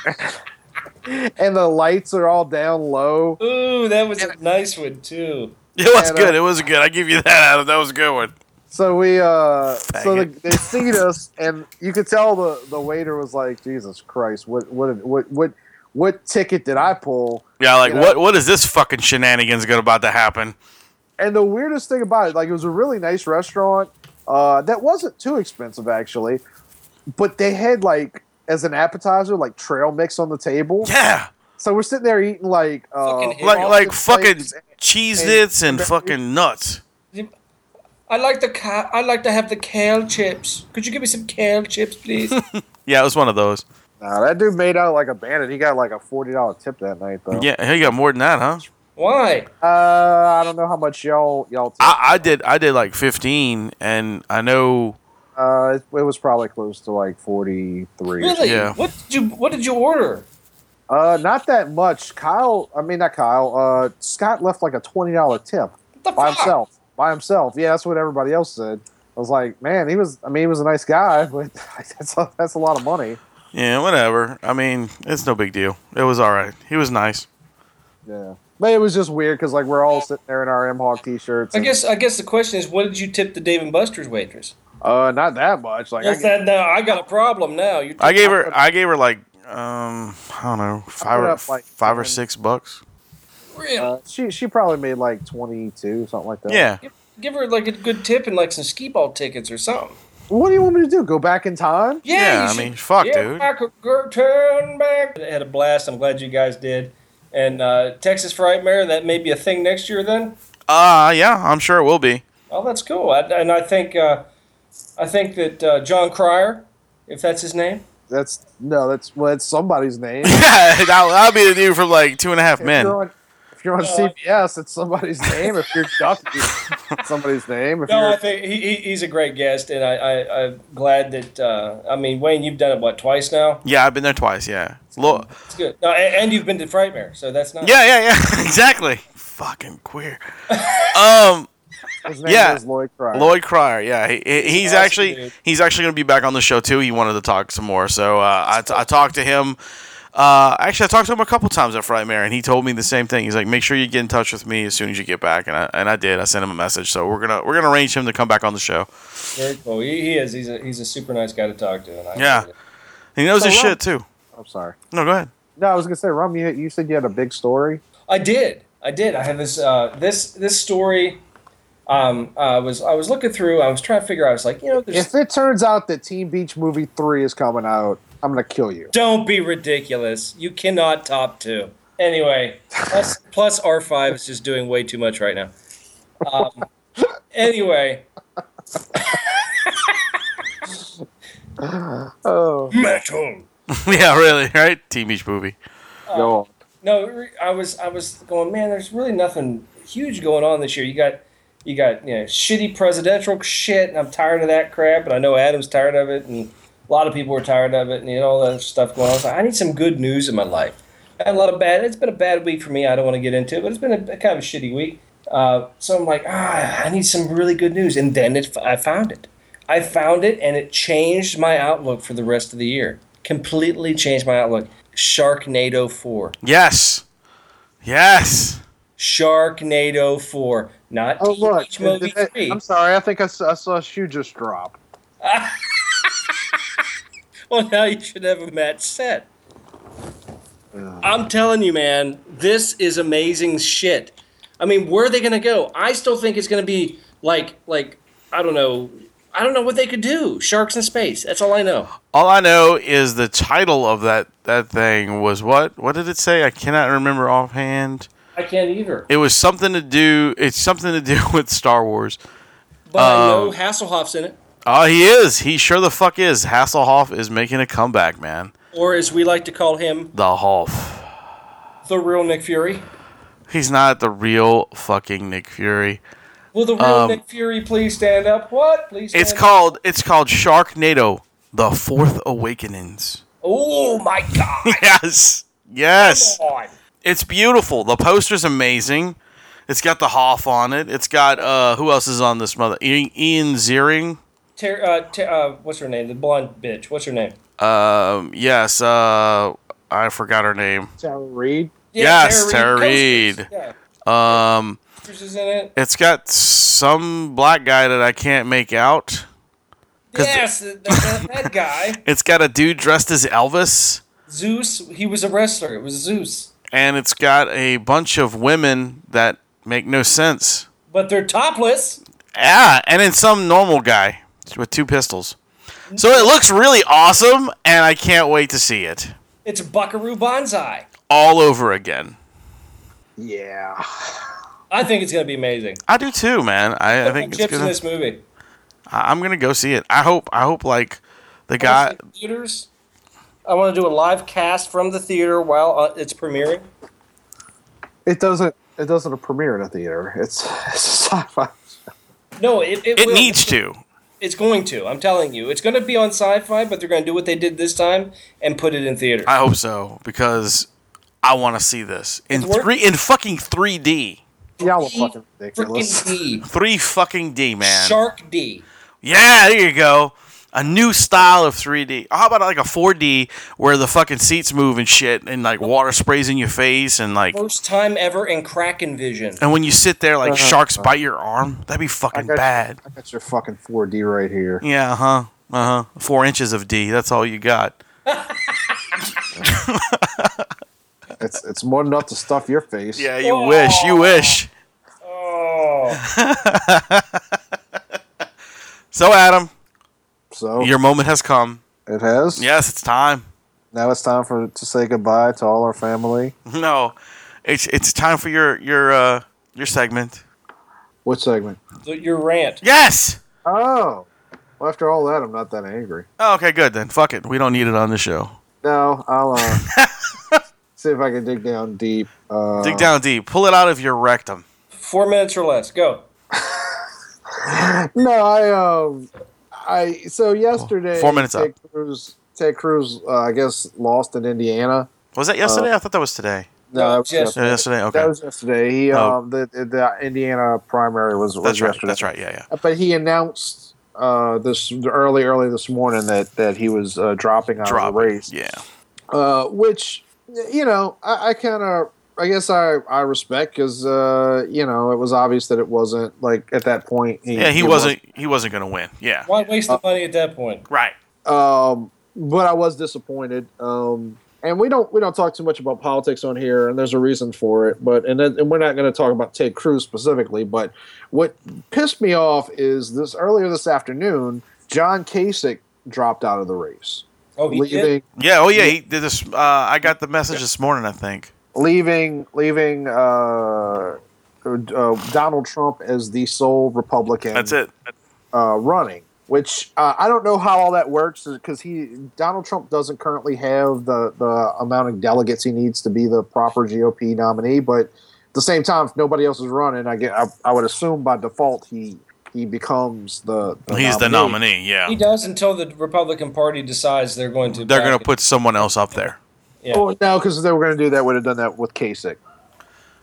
[SPEAKER 3] And the lights are all down low.
[SPEAKER 4] Ooh, that was a nice one too.
[SPEAKER 2] It was
[SPEAKER 3] and, uh,
[SPEAKER 2] good. It was good. I give you that, Adam. That was a good one.
[SPEAKER 3] So we uh, so the,
[SPEAKER 2] Faggot.
[SPEAKER 3] they seat us, and you could tell the the waiter was like, Jesus Christ, what what what what what ticket did I pull?
[SPEAKER 2] Yeah, like
[SPEAKER 3] You know?
[SPEAKER 2] what? What is this fucking shenanigans going about to happen?
[SPEAKER 3] and the weirdest thing about it, like it was a really nice restaurant uh, that wasn't too expensive actually, but they had like as an appetizer like trail mix on the table.
[SPEAKER 2] Yeah,
[SPEAKER 3] So we're sitting there eating like uh,
[SPEAKER 4] Fucking
[SPEAKER 2] like
[SPEAKER 3] Boston
[SPEAKER 2] like fucking
[SPEAKER 3] steaks.
[SPEAKER 2] cheese its and
[SPEAKER 3] and-
[SPEAKER 2] fucking nuts.
[SPEAKER 4] I like the ca- I like to have the kale chips. Could you give me some kale chips, please?
[SPEAKER 2] Yeah, it was one of those.
[SPEAKER 3] Nah, that dude made out like a bandit. He got like a forty dollar tip that night though.
[SPEAKER 2] Yeah, hey, you got more than that, huh?
[SPEAKER 4] Why?
[SPEAKER 3] Uh, I don't know how much y'all y'all. Tipped.
[SPEAKER 2] I, I did. I did like fifteen, and I know
[SPEAKER 3] Uh, it, it was probably close to like forty three.
[SPEAKER 4] Really?
[SPEAKER 2] Yeah.
[SPEAKER 4] What did you What did you order?
[SPEAKER 3] Uh, not that much. Kyle, I mean not Kyle. Uh, Scott left like a twenty dollar tip.
[SPEAKER 4] What the
[SPEAKER 3] by
[SPEAKER 4] fuck?
[SPEAKER 3] himself. By himself. Yeah, that's what everybody else said. I was like, man, he was. I mean, he was a nice guy, but that's a, that's a lot of money.
[SPEAKER 2] Yeah, whatever. I mean, it's no big deal. It was all right. He was nice.
[SPEAKER 3] Yeah, but it was just weird because like we're all sitting there in our M Hawk t-shirts.
[SPEAKER 4] I
[SPEAKER 3] and,
[SPEAKER 4] guess I guess the question is, what did you tip the Dave and Buster's waitress?
[SPEAKER 3] uh, not that much. Like, I
[SPEAKER 4] What's that now? I got a problem now. You
[SPEAKER 2] I gave her. I gave her like um, I don't know, five or
[SPEAKER 3] up, like,
[SPEAKER 2] five or
[SPEAKER 3] fucking-
[SPEAKER 2] six bucks.
[SPEAKER 4] real.
[SPEAKER 3] uh, she she probably made like twenty two something like that.
[SPEAKER 2] Yeah,
[SPEAKER 4] give, give her like a good tip and like some skee ball tickets or something.
[SPEAKER 3] What do you want me to do? Go back in time?
[SPEAKER 4] Yeah,
[SPEAKER 2] Yeah,
[SPEAKER 4] you
[SPEAKER 2] I
[SPEAKER 4] should-
[SPEAKER 2] mean, fuck,
[SPEAKER 4] yeah,
[SPEAKER 2] dude.
[SPEAKER 4] I could go turn back. I had a blast. I'm glad you guys did. And uh, Texas Frightmare, that may be a thing next year then.
[SPEAKER 2] uh, yeah, I'm sure it will be.
[SPEAKER 4] Oh, that's cool. I, and I think uh, I think that uh, John Cryer, if that's his name,
[SPEAKER 3] That's no. That's well, that's somebody's name.
[SPEAKER 2] Yeah, that'll, that'll be the dude from like Two and a Half
[SPEAKER 3] If
[SPEAKER 2] Men.
[SPEAKER 3] you're on, if you're on CBS, it's somebody's name. If you're Ducky, it's somebody's name. If
[SPEAKER 4] No,
[SPEAKER 3] you're
[SPEAKER 4] I think he, he, he's a great guest, and I, I, I'm glad that. Uh, I mean, Wayne, you've done it what twice now.
[SPEAKER 2] Yeah, I've been there twice. Yeah, Lo-
[SPEAKER 4] It's good. No, and, and you've been to Frightmare, so that's not.
[SPEAKER 2] yeah, yeah, yeah. exactly. Fucking queer. Um,
[SPEAKER 3] his name
[SPEAKER 2] yeah.
[SPEAKER 3] is Lloyd Cryer.
[SPEAKER 2] Lloyd Cryer. Yeah, he, he- he's
[SPEAKER 4] Awesome,
[SPEAKER 2] actually
[SPEAKER 4] dude.
[SPEAKER 2] he's actually going to be back on the show too. He wanted to talk some more, so uh, I, I talked to him. Uh, actually, I talked to him a couple times at Frightmare, and he told me the same thing. He's like, "Make sure you get in touch with me as soon as you get back," and I and I did. I sent him a message, so we're gonna we're gonna arrange him to come back on the show.
[SPEAKER 4] Very cool. He, he is. He's a, he's a super nice guy to talk to. And I
[SPEAKER 2] Yeah. He knows
[SPEAKER 3] So
[SPEAKER 2] his
[SPEAKER 3] Rob-
[SPEAKER 2] shit too.
[SPEAKER 3] I'm sorry.
[SPEAKER 2] No, go ahead.
[SPEAKER 3] No, I was gonna say, Rum, you, you said you had a big story.
[SPEAKER 4] I did. I did. I have this uh, this this story. Um, I was I was looking through. I was trying to figure. out, I was like, you know, there's,
[SPEAKER 3] If it turns out that Teen Beach Movie Three is coming out, I'm gonna kill you.
[SPEAKER 4] don't be ridiculous. You cannot top two. Anyway, plus plus R five is just doing way too much right now. Um, anyway,
[SPEAKER 3] Oh,
[SPEAKER 4] metal.
[SPEAKER 2] yeah, really, right? Team Beach movie.
[SPEAKER 3] go on.
[SPEAKER 4] No, re- I was I was going, man. There's really nothing huge going on this year. You got you got you know shitty presidential shit, and I'm tired of that crap. And I know Adam's tired of it, and a lot of people are tired of it, and you know all that stuff going on. So I need some good news in my life. I had a lot of bad. It's been a bad week for me. I don't want to get into it, but it's been a, kind of a shitty week. Uh, so I'm like, ah, I need some really good news, and then it, I found it. I found it, and it changed my outlook for the rest of the year. Completely changed my outlook. Sharknado four.
[SPEAKER 2] Yes, yes.
[SPEAKER 4] Sharknado 4, not
[SPEAKER 3] Oh, look.
[SPEAKER 4] Teenage Movie
[SPEAKER 3] did they-
[SPEAKER 4] 3.
[SPEAKER 3] I'm sorry. I think I saw, I saw a shoe just drop.
[SPEAKER 4] Well, now you should have a match set. I'm telling you, man, this is amazing shit. I mean, where are they going to go? I still think it's going to be like, like I don't know, I don't know what they could do. Sharks in space. That's all I know.
[SPEAKER 2] All I know is the title of that that thing was what? What did it say? I cannot remember offhand.
[SPEAKER 4] I can't either.
[SPEAKER 2] It was something to do. It's something to do with Star Wars.
[SPEAKER 4] But I
[SPEAKER 2] Um,
[SPEAKER 4] know Hasselhoff's in it,
[SPEAKER 2] Oh, he is. He sure the fuck is. Hasselhoff is making a comeback, man.
[SPEAKER 4] or as we like to call him,
[SPEAKER 2] The Hoff.
[SPEAKER 4] the real Nick Fury.
[SPEAKER 2] He's not the real fucking Nick Fury.
[SPEAKER 4] Will the real Nick Fury please stand up? What? Please. Stand
[SPEAKER 2] um, It's
[SPEAKER 4] up?
[SPEAKER 2] called. It's called Sharknado: The Fourth Awakenings.
[SPEAKER 4] Oh my God!
[SPEAKER 2] Yes. Yes.
[SPEAKER 4] Come on.
[SPEAKER 2] It's beautiful. The poster's amazing. It's got the Hoff on it. It's got uh, who else is on this mother? Ian, Ian Ziering.
[SPEAKER 4] Ter- uh, ter- uh, what's her name? The blonde bitch. What's her name?
[SPEAKER 2] Um, yes. Uh, I forgot her name.
[SPEAKER 3] Tara Reed.
[SPEAKER 2] Yes, Tara Reid.
[SPEAKER 4] Coasters. Yeah,
[SPEAKER 2] Um,
[SPEAKER 4] Coasters is in it.
[SPEAKER 2] it's got some black guy that I can't make out. 'Cause the-
[SPEAKER 4] Yes, the- the- that guy
[SPEAKER 2] It's got a dude dressed as Elvis,
[SPEAKER 4] Zeus. He was a wrestler. It was Zeus,
[SPEAKER 2] and it's got a bunch of women that make no sense.
[SPEAKER 4] but they're topless.
[SPEAKER 2] Yeah, and then some normal guy with two pistols. So it looks really awesome, and I can't wait to see it
[SPEAKER 4] It's Buckaroo Banzai.
[SPEAKER 2] all over again.
[SPEAKER 3] Yeah.
[SPEAKER 4] I think it's gonna be amazing.
[SPEAKER 2] I do too, man. I, I think it's
[SPEAKER 4] Chips in
[SPEAKER 2] gonna,
[SPEAKER 4] this movie.
[SPEAKER 2] I- I'm gonna go see it. I hope. I hope like the
[SPEAKER 4] I
[SPEAKER 2] guy.
[SPEAKER 4] wanna see theaters. I want to do a live cast from the theater while uh, it's premiering.
[SPEAKER 3] It doesn't. It doesn't premiere in a theater. It's, it's a sci-fi.
[SPEAKER 4] No, it it,
[SPEAKER 2] It
[SPEAKER 4] will.
[SPEAKER 2] needs to.
[SPEAKER 4] It's going to. I'm telling you, it's going to be on Sci-Fi, but they're going to do what they did this time and put it in theater.
[SPEAKER 2] I hope so because I want to see this in
[SPEAKER 4] It's worth-
[SPEAKER 2] three in fucking 3D,
[SPEAKER 3] Y'all look fucking ridiculous.
[SPEAKER 4] Freaking D,
[SPEAKER 2] three fucking D, man.
[SPEAKER 4] Shark D.
[SPEAKER 2] Yeah, there you go. A new style of 3D. How about like a 4D where the fucking seats move and shit, and like water sprays in your face, and like,
[SPEAKER 4] First time ever in Kraken Vision.
[SPEAKER 2] and when you sit there, like sharks bite your arm. That'd be fucking
[SPEAKER 3] uh-huh, got you.
[SPEAKER 2] bad.
[SPEAKER 3] I got your fucking 4D right here.
[SPEAKER 2] Yeah, huh? Uh huh. Four inches of D. That's all you got.
[SPEAKER 3] It's it's more than enough to stuff your face.
[SPEAKER 2] Yeah, you wish. You wish.
[SPEAKER 4] Oh,
[SPEAKER 2] So, Adam,
[SPEAKER 3] So
[SPEAKER 2] your moment has come.
[SPEAKER 3] it has.
[SPEAKER 2] Yes, it's time.
[SPEAKER 3] Now it's time for to say goodbye to all our family.
[SPEAKER 2] No, it's it's time for your your uh your segment.
[SPEAKER 3] What segment?
[SPEAKER 4] so your rant.
[SPEAKER 2] Yes.
[SPEAKER 3] Oh, well, after all that, I'm not that angry.
[SPEAKER 2] Oh, okay, good then. Fuck it. We don't need it on the show.
[SPEAKER 3] No, I'll uh, see if I can dig down deep. Uh,
[SPEAKER 2] Dig down deep. Pull it out of your rectum.
[SPEAKER 4] Four minutes or less. Go.
[SPEAKER 3] No, I um, I so yesterday.
[SPEAKER 2] Four minutes
[SPEAKER 3] Ted Cruz, Ted Cruz, uh, I guess, lost in Indiana.
[SPEAKER 2] Was that yesterday? I thought that was today.
[SPEAKER 3] No, Oh. that was
[SPEAKER 4] Yes.
[SPEAKER 2] Yeah,
[SPEAKER 3] yesterday.
[SPEAKER 2] yesterday. Okay.
[SPEAKER 3] That was yesterday. He,
[SPEAKER 2] Oh.
[SPEAKER 3] um, the, the Indiana primary was, was
[SPEAKER 2] that's right.
[SPEAKER 3] yesterday.
[SPEAKER 2] That's right. Yeah, yeah.
[SPEAKER 3] But he announced uh, this early, early this morning that that he was uh, dropping out
[SPEAKER 2] Drop.
[SPEAKER 3] of the race.
[SPEAKER 2] Yeah.
[SPEAKER 3] uh, which you know I, I kind of I guess I I respect because uh, you know it was obvious that it wasn't like at that point he,
[SPEAKER 2] Yeah, he
[SPEAKER 3] was-
[SPEAKER 2] wasn't he wasn't going to win. Yeah.
[SPEAKER 4] Why waste
[SPEAKER 3] Uh,
[SPEAKER 4] the money at that point?
[SPEAKER 2] Right.
[SPEAKER 3] um, but I was disappointed. Um, and we don't we don't talk too much about politics on here, and there's a reason for it. But and then, and we're not going to talk about Ted Cruz specifically. But what pissed me off is this earlier this afternoon, John Kasich dropped out of the race,
[SPEAKER 4] Oh, he did.
[SPEAKER 3] leaving
[SPEAKER 2] Yeah, oh yeah, he did this uh, I got the message this morning, I think.
[SPEAKER 3] leaving leaving uh, uh, Donald Trump as the sole Republican.
[SPEAKER 2] That's it.
[SPEAKER 3] Uh, running, which uh, I don't know how all that works because he Donald Trump doesn't currently have the the amount of delegates he needs to be the proper GOP nominee. But at the same time, if nobody else is running, I get I, I would assume by default he he becomes the, the
[SPEAKER 2] He's the nominee,
[SPEAKER 4] He
[SPEAKER 2] yeah.
[SPEAKER 4] does until the Republican Party decides they're going to.
[SPEAKER 2] They're going
[SPEAKER 4] back
[SPEAKER 2] to
[SPEAKER 4] it.
[SPEAKER 2] put someone else up there.
[SPEAKER 4] Yeah.
[SPEAKER 3] Oh, no, because if they were going to do that, would have done that with Kasich.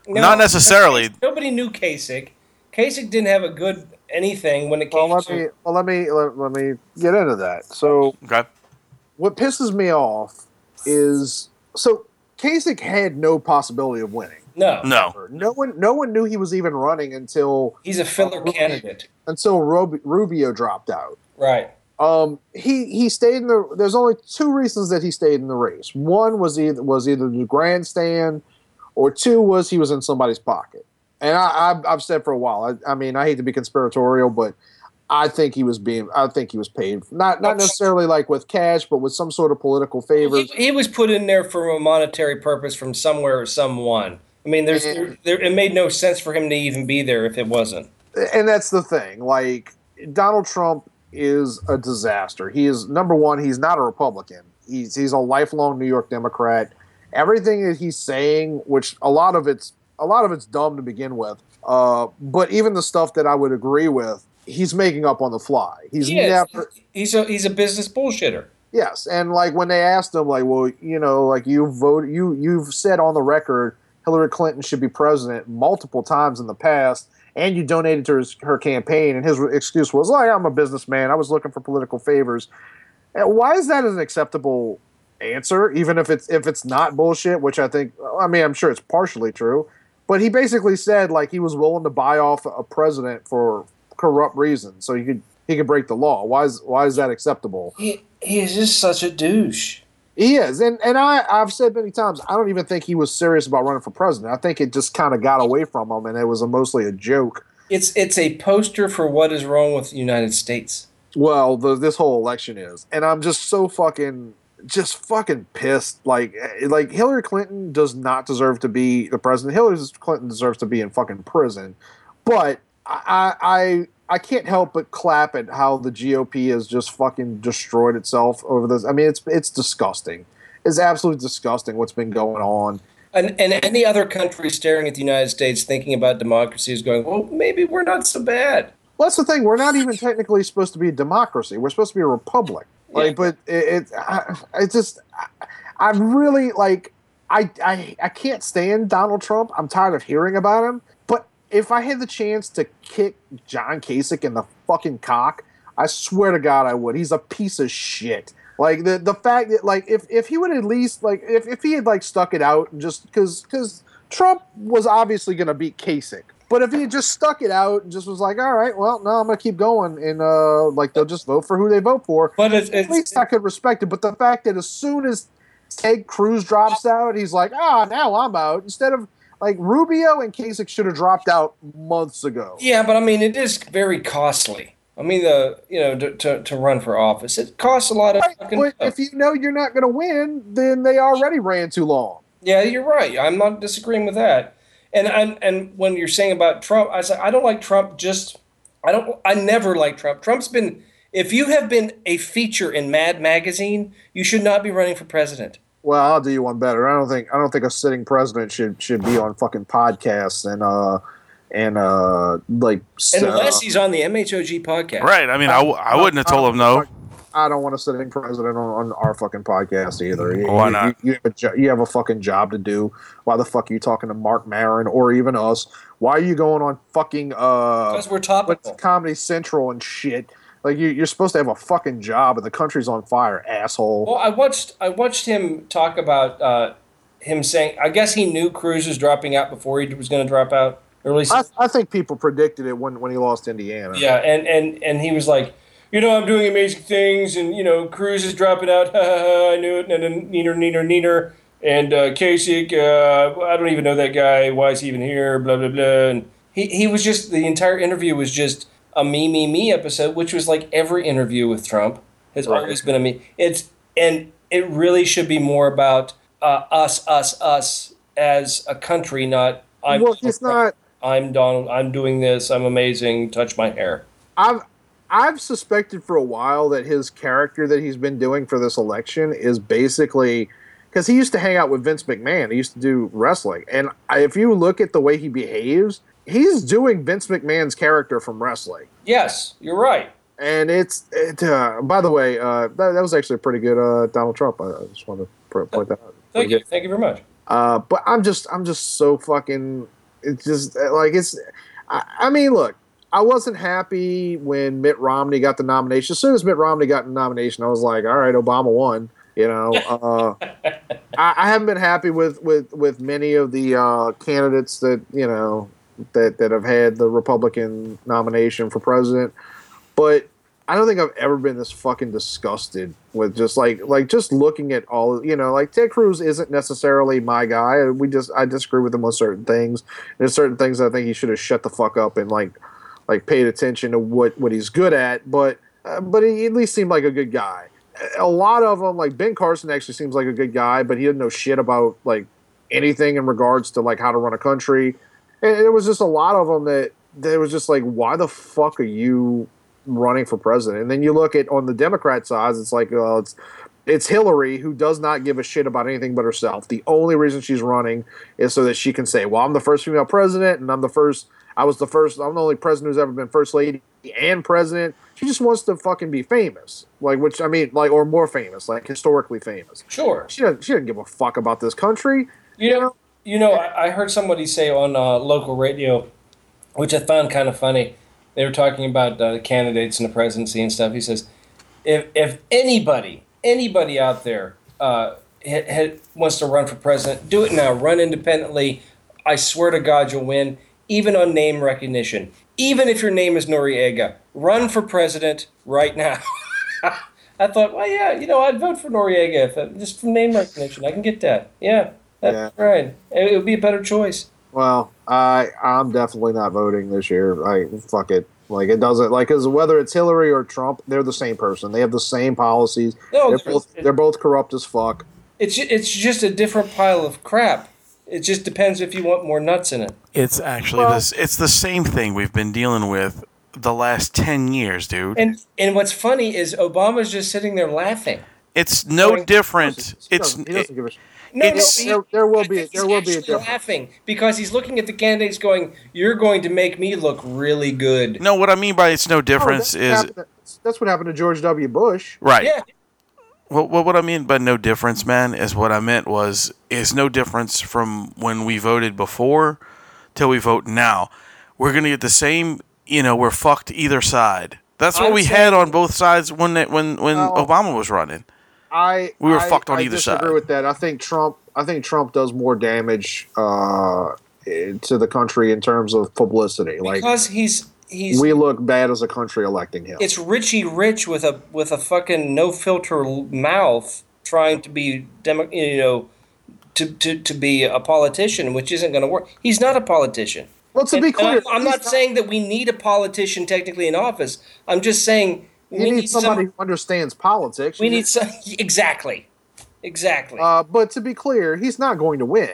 [SPEAKER 4] No,
[SPEAKER 2] Not necessarily.
[SPEAKER 4] Nobody knew Kasich. Kasich didn't have a good anything when it
[SPEAKER 3] Well,
[SPEAKER 4] came
[SPEAKER 3] let
[SPEAKER 4] to.
[SPEAKER 3] me well let me let, let me get into that. So
[SPEAKER 2] Okay.
[SPEAKER 3] what pisses me off is so Kasich had no possibility of winning.
[SPEAKER 4] No,
[SPEAKER 2] No.
[SPEAKER 3] No one, no one knew he was even running until
[SPEAKER 4] he's a filler candidate.
[SPEAKER 3] until Rob, Rubio dropped out.
[SPEAKER 4] Right.
[SPEAKER 3] Um, he he stayed in the. There's only two reasons that he stayed in the race. One was either was either the grandstand, or two was he was in somebody's pocket. And I, I've, I've said for a while. I, I mean, I hate to be conspiratorial, but I think he was being. I think he was paid not not necessarily like with cash, but with some sort of political
[SPEAKER 4] He,
[SPEAKER 3] favors.
[SPEAKER 4] he was put in there for a monetary purpose from somewhere or someone. I mean, there's there, there, it made no sense for him to even be there if it wasn't.
[SPEAKER 3] and that's the thing. Like Donald Trump is a disaster. He is number one. He's not a Republican. He's he's a lifelong New York Democrat. Everything that he's saying, which a lot of it's a lot of it's dumb to begin with, uh, but even the stuff that I would agree with, he's making up on the fly. He's
[SPEAKER 4] He is.
[SPEAKER 3] never
[SPEAKER 4] He's a he's a business bullshitter.
[SPEAKER 3] Yes, and like when they asked him, like, well, you know, like you vote, you you've said on the record Hillary Clinton should be president multiple times in the past, and you donated to his, her campaign, and his excuse was, like, I'm a businessman. I was looking for political favors. Uh, Why is that an acceptable answer, even if it's if it's not bullshit? Which I think, I mean, I'm sure it's partially true, but he basically said like he was willing to buy off a president for corrupt reasons, so he could he could break the law. Why is why is that acceptable?
[SPEAKER 4] He, he is just such a douche.
[SPEAKER 3] He is, and and I I've said many times I don't even think he was serious about running for president. I think it just kind of got away from him, and it was a, mostly a joke.
[SPEAKER 4] It's it's a poster for what is wrong with the United States.
[SPEAKER 3] Well, the, this whole election is, and I'm just so fucking just fucking pissed. Like eh, like Hillary Clinton does not deserve to be the president. Hillary Clinton deserves to be in fucking prison, but I I. I I can't help but clap at how the GOP has just fucking destroyed itself over this. I mean, it's it's disgusting. It's absolutely disgusting what's been going on.
[SPEAKER 4] And, and any other country staring at the United States thinking about democracy is going, well, maybe we're not so bad.
[SPEAKER 3] Well, that's the thing. We're not even technically supposed to be a democracy. We're supposed to be a republic. Like,
[SPEAKER 4] Yeah.
[SPEAKER 3] but it, it, I, it's just, I, I'm really like, I, I, I can't stand Donald Trump. I'm tired of hearing about him. But if I had the chance to kick John Kasich in the fucking cock, I swear to God, I would. He's a piece of shit. Like the the fact that like if if he would at least like if if he had like stuck it out and just because because Trump was obviously going to beat Kasich, but if he had just stuck it out and just was like, all right, well, no, I'm going to keep going, and uh, like they'll just vote for who they vote for.
[SPEAKER 4] But it's,
[SPEAKER 3] at least
[SPEAKER 4] it's
[SPEAKER 3] I could respect it. But the fact that as soon as Ted Cruz drops out, he's like, ah, now I'm out. Instead of like Rubio and Kasich should have dropped out months ago.
[SPEAKER 4] yeah, but I mean, it is very costly. I mean, the you know to, to, to run for office, it costs a lot of
[SPEAKER 3] Right,
[SPEAKER 4] fucking.
[SPEAKER 3] but
[SPEAKER 4] stuff.
[SPEAKER 3] if you know you're not going to win, then they already ran too long.
[SPEAKER 4] Yeah, you're right. I'm not disagreeing with that. And and and when you're saying about Trump, I say I don't like Trump. Just I don't. I never like Trump. Trump's been. If you have been a feature in Mad Magazine, you should not be running for president.
[SPEAKER 3] Well, I'll do you one better. I don't think I don't think a sitting president should should be on fucking podcasts and uh and uh like
[SPEAKER 4] Unless
[SPEAKER 3] uh,
[SPEAKER 4] he's on the MHOG podcast.
[SPEAKER 2] Right. I mean, I, w- I wouldn't have told him no.
[SPEAKER 3] I don't want a sitting president on, on our fucking podcast either. You,
[SPEAKER 2] Why
[SPEAKER 3] you-
[SPEAKER 2] not?
[SPEAKER 3] You, you, have a jo- you have a fucking job to do. Why the fuck are you talking to Mark Maron or even us? Why are you going on fucking uh
[SPEAKER 4] Because we're
[SPEAKER 3] what's
[SPEAKER 4] topical.
[SPEAKER 3] Comedy Central and shit? Like you, you're supposed to have a fucking job, and the country's on fire, asshole.
[SPEAKER 4] Well, I watched I watched him talk about uh, him saying. I guess he knew Cruz was dropping out before he was going to drop out. Or at least
[SPEAKER 3] I, I think people predicted it when when he lost Indiana.
[SPEAKER 4] Yeah, and and and he was like, you know, I'm doing amazing things, and you know, Cruz is dropping out. Ha, ha, ha, I knew it. And then neener, neener, neener. And uh, Kasich, uh, I don't even know that guy. Why is he even here? Blah blah blah. And he he was just the entire interview was just a me me me episode, which was like every interview with Trump has
[SPEAKER 3] Right.
[SPEAKER 4] always been a me. It's and it really should be more about uh, us, us, us as a country, not. I'm
[SPEAKER 3] well, he's not.
[SPEAKER 4] I'm Donald. I'm doing this. I'm amazing. Touch my hair.
[SPEAKER 3] I've I've suspected for a while that his character that he's been doing for this election is basically because he used to hang out with Vince McMahon. He used to do wrestling, and I, if you look at the way he behaves, he's doing Vince McMahon's character from wrestling.
[SPEAKER 4] Yes, you're right.
[SPEAKER 3] And it's it, uh, by the way, uh, that, that was actually a pretty good uh, Donald Trump. I, I just want to pr- point that out.
[SPEAKER 4] Thank you. Thank you very much.
[SPEAKER 3] Uh, but I'm just I'm just so fucking it's just uh, like it's I, I mean look I wasn't happy when Mitt Romney got the nomination as soon as Mitt Romney got the nomination I was like all right Obama won you know uh, I, I haven't been happy with with with many of the uh, candidates that you know that that have had the Republican nomination for president but I don't think I've ever been this fucking disgusted with just like like just looking at all you know like Ted Cruz isn't necessarily my guy. We just I disagree with him on certain things. There's certain things I think he should have shut the fuck up and like like paid attention to what what he's good at. But uh, but he at least seemed like a good guy. A lot of them like Ben Carson actually seems like a good guy, but he didn't know shit about like anything in regards to like how to run a country. And there was just a lot of them that that was just like why the fuck are you running for president. And then you look at on the Democrat side, it's like well, it's it's Hillary who does not give a shit about anything but herself. The only reason she's running is so that she can say, "Well, I'm the first female president, and I'm the first. I was the first. I'm the only president who's ever been first lady and president." She just wants to fucking be famous, like which I mean, like or more famous, like historically famous.
[SPEAKER 4] Sure.
[SPEAKER 3] She doesn't. She doesn't give a fuck about this country.
[SPEAKER 4] You know, You know, I, I heard somebody say on uh, local radio, which I found kind of funny. They were talking about uh, candidates in the presidency and stuff. He says, if if anybody anybody out there uh, ha, ha, wants to run for president, do it now. Run independently. I swear to God, you'll win. Even on name recognition, even if your name is Noriega, run for president right now. I thought, well, yeah, you know, I'd vote for Noriega if it, just from name recognition. I can get that. Yeah, that's
[SPEAKER 3] Yeah.
[SPEAKER 4] right. It, it would be a better choice.
[SPEAKER 3] Well, I I'm definitely not voting this year. Like fuck it. Like it doesn't like because whether it's Hillary or Trump, they're the same person. They have the same policies.
[SPEAKER 4] No,
[SPEAKER 3] they're
[SPEAKER 4] it's-
[SPEAKER 3] both they're both corrupt as fuck.
[SPEAKER 4] It's ju- it's just a different pile of crap. It just depends if you want more nuts in it.
[SPEAKER 2] It's actually this. It's the same thing we've been dealing with the last ten years, dude.
[SPEAKER 4] And and what's funny is Obama's just sitting there laughing.
[SPEAKER 2] It's no
[SPEAKER 4] Going-
[SPEAKER 2] different.
[SPEAKER 3] He
[SPEAKER 2] It's
[SPEAKER 3] doesn't, he doesn't give a shit.
[SPEAKER 4] No,
[SPEAKER 2] It's-
[SPEAKER 4] no, he-
[SPEAKER 3] There, there will be
[SPEAKER 4] he's
[SPEAKER 3] there will be a
[SPEAKER 4] actually
[SPEAKER 3] difference.
[SPEAKER 4] laughing because he's looking at the candidates going, "You're going to make me look really good."
[SPEAKER 2] no. What I mean by it's no
[SPEAKER 3] No,
[SPEAKER 2] difference
[SPEAKER 3] that's what
[SPEAKER 2] is
[SPEAKER 3] Oh, happened to- that's what happened to George W. Bush.
[SPEAKER 2] right.
[SPEAKER 4] Yeah,
[SPEAKER 2] Well, well, what I mean by no difference, man, is what I meant was is no difference from when we voted before till we vote now. We're gonna get the same. You know, we're fucked either side. That's what
[SPEAKER 4] I'm
[SPEAKER 2] we
[SPEAKER 4] saying-
[SPEAKER 2] had on both sides when it, when when
[SPEAKER 3] Well-
[SPEAKER 2] Obama was running.
[SPEAKER 3] I
[SPEAKER 2] We were
[SPEAKER 3] I-
[SPEAKER 2] fucked on
[SPEAKER 3] I
[SPEAKER 2] either
[SPEAKER 3] disagree
[SPEAKER 2] side.
[SPEAKER 3] with that. I think Trump. I think Trump does more damage uh, eh, to the country in terms of publicity. Like
[SPEAKER 4] because he's he's
[SPEAKER 3] we look bad as a country electing him.
[SPEAKER 4] it's Richie Rich with a with a fucking no filter l- mouth trying to be demo, you know to, to, to be a politician, which isn't going to work. He's not a politician.
[SPEAKER 3] Well, to
[SPEAKER 4] And-
[SPEAKER 3] be
[SPEAKER 4] and
[SPEAKER 3] clear,
[SPEAKER 4] I'm, I'm not saying that we need a politician technically in office. I'm just saying we
[SPEAKER 3] you need, somebody
[SPEAKER 4] Some,
[SPEAKER 3] who understands politics.
[SPEAKER 4] we need some exactly, exactly.
[SPEAKER 3] Uh, but to be clear, he's not going to win.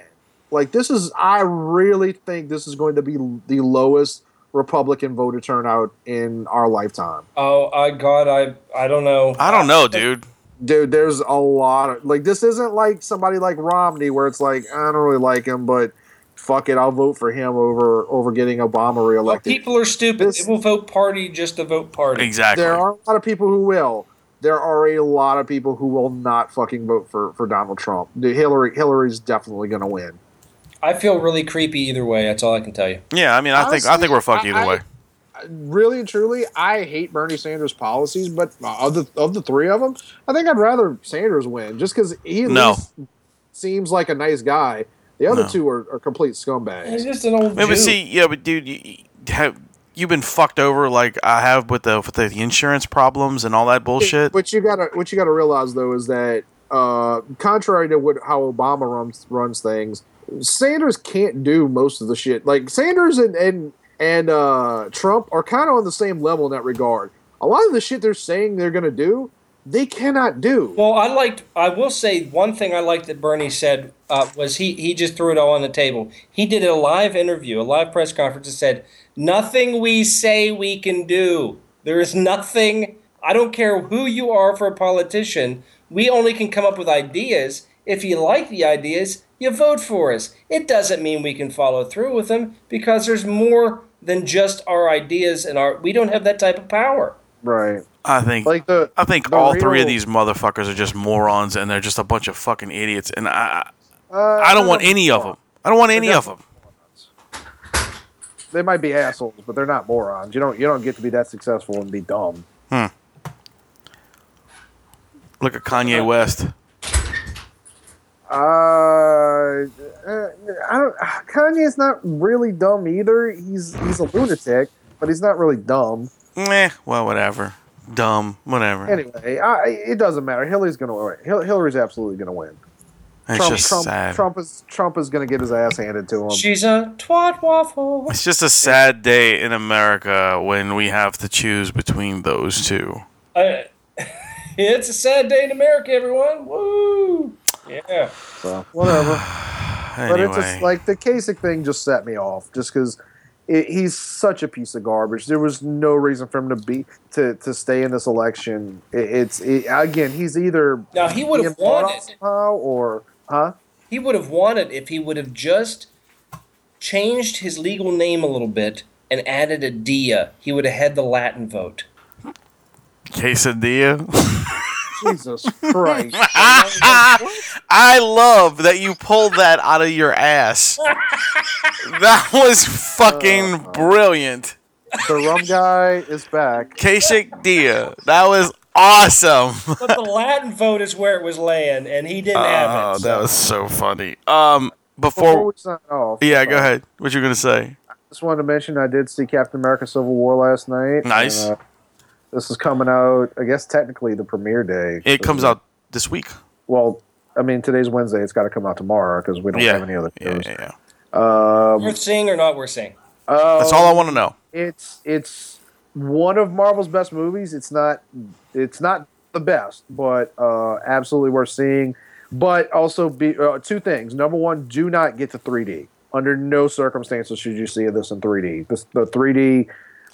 [SPEAKER 3] Like this is, I really think this is going to be the lowest Republican voter turnout in our lifetime.
[SPEAKER 4] oh, I God, I I don't know.
[SPEAKER 2] I don't know, dude.
[SPEAKER 3] Dude, there's a lot of like this isn't like somebody like Romney where it's like I don't really like him, but fuck it, I'll vote for him over over getting Obama reelected.
[SPEAKER 4] People are stupid.
[SPEAKER 3] This-
[SPEAKER 4] they will vote party just to vote party.
[SPEAKER 2] Exactly.
[SPEAKER 3] there are a lot of people who will. There are a lot of people who will not fucking vote for for Donald Trump. Dude, Hillary Hillary's definitely going to win.
[SPEAKER 4] I feel really creepy either way. That's all I can tell you.
[SPEAKER 2] Yeah, I mean, I think I
[SPEAKER 3] Honestly,
[SPEAKER 2] think we're fucked
[SPEAKER 3] I-
[SPEAKER 2] either
[SPEAKER 3] I-
[SPEAKER 2] way.
[SPEAKER 3] really and truly, I hate Bernie Sanders' policies, but of the of the three of them, I think I'd rather Sanders win just because he at
[SPEAKER 2] No.
[SPEAKER 3] least seems like a nice guy. The other
[SPEAKER 2] No.
[SPEAKER 3] two are, are complete scumbags.
[SPEAKER 4] He's just an old.
[SPEAKER 2] Yeah, but
[SPEAKER 4] Jew.
[SPEAKER 2] see, yeah, but dude, you, you have you've been fucked over like I have with the with the insurance problems and all that bullshit.
[SPEAKER 3] What you gotta what you gotta realize though is that uh, contrary to what how Obama runs runs things, Sanders can't do most of the shit. Like Sanders and and and uh, Trump are kind of on the same level in that regard. A lot of the shit they're saying they're gonna do, they cannot do.
[SPEAKER 4] Well, I liked. I will say one thing I liked that Bernie said uh, was he he just threw it all on the table. He did a live interview, a live press conference, and said nothing we say we can do. There is nothing. I don't care who you are for a politician. We only can come up with ideas. If you like the ideas, you vote for us. It doesn't mean we can follow through with them because there's more than just our ideas and our. We don't have that type of power.
[SPEAKER 3] right.
[SPEAKER 2] I think
[SPEAKER 3] Like the
[SPEAKER 2] I think
[SPEAKER 3] the
[SPEAKER 2] all three of
[SPEAKER 3] real-
[SPEAKER 2] these motherfuckers are just morons and they're just a bunch of fucking idiots. And I
[SPEAKER 3] Uh,
[SPEAKER 2] I don't want any of them. I don't want any of them.
[SPEAKER 3] They might be assholes, but they're not morons. You don't you don't get to be that successful and be dumb.
[SPEAKER 2] Look at Kanye West.
[SPEAKER 3] Uh, uh I don't. Kanye's not really dumb either. He's he's a lunatic, but he's not really dumb.
[SPEAKER 2] Meh. Well, whatever. Dumb. Whatever.
[SPEAKER 3] Anyway, I, it doesn't matter. Hillary's gonna win. Hil- Hillary's absolutely gonna win.
[SPEAKER 2] it's
[SPEAKER 3] Trump,
[SPEAKER 2] just
[SPEAKER 3] Trump,
[SPEAKER 2] sad.
[SPEAKER 3] Trump is Trump is gonna get his ass handed to him.
[SPEAKER 4] She's a twat waffle.
[SPEAKER 2] It's just a sad day in America when we have to choose between those two.
[SPEAKER 4] I, Uh, it's a sad day in America, everyone. Woo! Yeah.
[SPEAKER 3] so whatever.
[SPEAKER 2] Anyway,
[SPEAKER 3] But it's just like the Kasich thing just set me off just because he's such a piece of garbage. There was no reason for him to be to, to stay in this election. It, it's it, again, he's either
[SPEAKER 4] Now he would
[SPEAKER 3] being
[SPEAKER 4] have
[SPEAKER 3] bought
[SPEAKER 4] won
[SPEAKER 3] off
[SPEAKER 4] it.
[SPEAKER 3] somehow or huh?
[SPEAKER 4] He would have won it if he would have just changed his legal name a little bit and added a dia. He would have had the Latin vote.
[SPEAKER 2] quesadilla.
[SPEAKER 3] Jesus Christ!
[SPEAKER 2] I love that you pulled that out of your ass. that
[SPEAKER 3] Oh,
[SPEAKER 2] was fucking brilliant.
[SPEAKER 3] The rum guy is back.
[SPEAKER 2] Kasich Dia. That was awesome.
[SPEAKER 4] But the Latin vote is where it was laying, and he didn't have
[SPEAKER 2] Oh,
[SPEAKER 4] it.
[SPEAKER 2] that
[SPEAKER 4] So.
[SPEAKER 2] was so funny. Um
[SPEAKER 3] Before
[SPEAKER 2] before
[SPEAKER 3] we sign off,
[SPEAKER 2] Yeah, go ahead. What you gonna say?
[SPEAKER 3] just wanted to mention I did see Captain America: Civil War last night.
[SPEAKER 2] Nice.
[SPEAKER 3] And, uh, this is coming out, I guess, technically the premiere day.
[SPEAKER 2] It comes out this week.
[SPEAKER 3] Well, I mean, today's Wednesday. It's got to come out tomorrow because we don't
[SPEAKER 2] Yeah.
[SPEAKER 3] have any other
[SPEAKER 2] Yeah,
[SPEAKER 3] shows.
[SPEAKER 2] yeah, yeah.
[SPEAKER 4] Worth seeing or not worth seeing?
[SPEAKER 3] Oh,
[SPEAKER 2] That's all I wanna know.
[SPEAKER 3] It's it's one of Marvel's best movies. It's not it's not the best, but uh, absolutely worth seeing. But also, be, uh, two things. Number one, do not get to 3D. Under no circumstances should you see this in 3D. This, the 3D,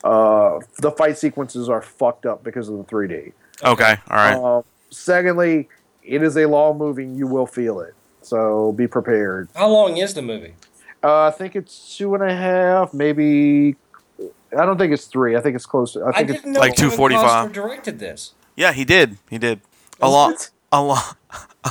[SPEAKER 3] uh, the fight sequences are fucked up because of the 3D.
[SPEAKER 2] Okay, all right.
[SPEAKER 3] Um, secondly, it is a long movie. and You will feel it, so be prepared.
[SPEAKER 4] How long is the movie?
[SPEAKER 3] Uh, I think it's two and a half, maybe. I don't think it's three. I think it's closer. I
[SPEAKER 4] I
[SPEAKER 3] think it's
[SPEAKER 4] didn't know
[SPEAKER 2] Like
[SPEAKER 4] Kevin
[SPEAKER 2] 245.
[SPEAKER 4] Costner directed this.
[SPEAKER 2] Yeah, he did. He did. Along
[SPEAKER 3] it?
[SPEAKER 2] along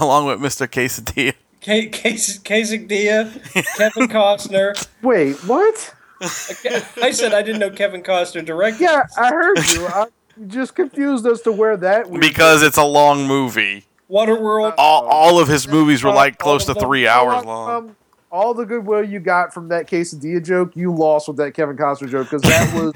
[SPEAKER 2] along with Mr. Quesadilla.
[SPEAKER 4] K- Kas- Kasich Dia, Kevin Costner.
[SPEAKER 3] Wait, what?
[SPEAKER 4] I said I didn't know Kevin Costner directed.
[SPEAKER 3] Yeah, I heard you. I'm just confused as to where that we-
[SPEAKER 2] Because it's a long movie.
[SPEAKER 4] Waterworld.
[SPEAKER 2] All,
[SPEAKER 3] Oh.
[SPEAKER 2] all of his movies were like close to
[SPEAKER 3] All the-
[SPEAKER 2] three
[SPEAKER 3] all
[SPEAKER 2] hours
[SPEAKER 3] the-
[SPEAKER 2] long.
[SPEAKER 3] um, all the goodwill you got from that quesadilla joke, you lost with that Kevin Costner joke because that was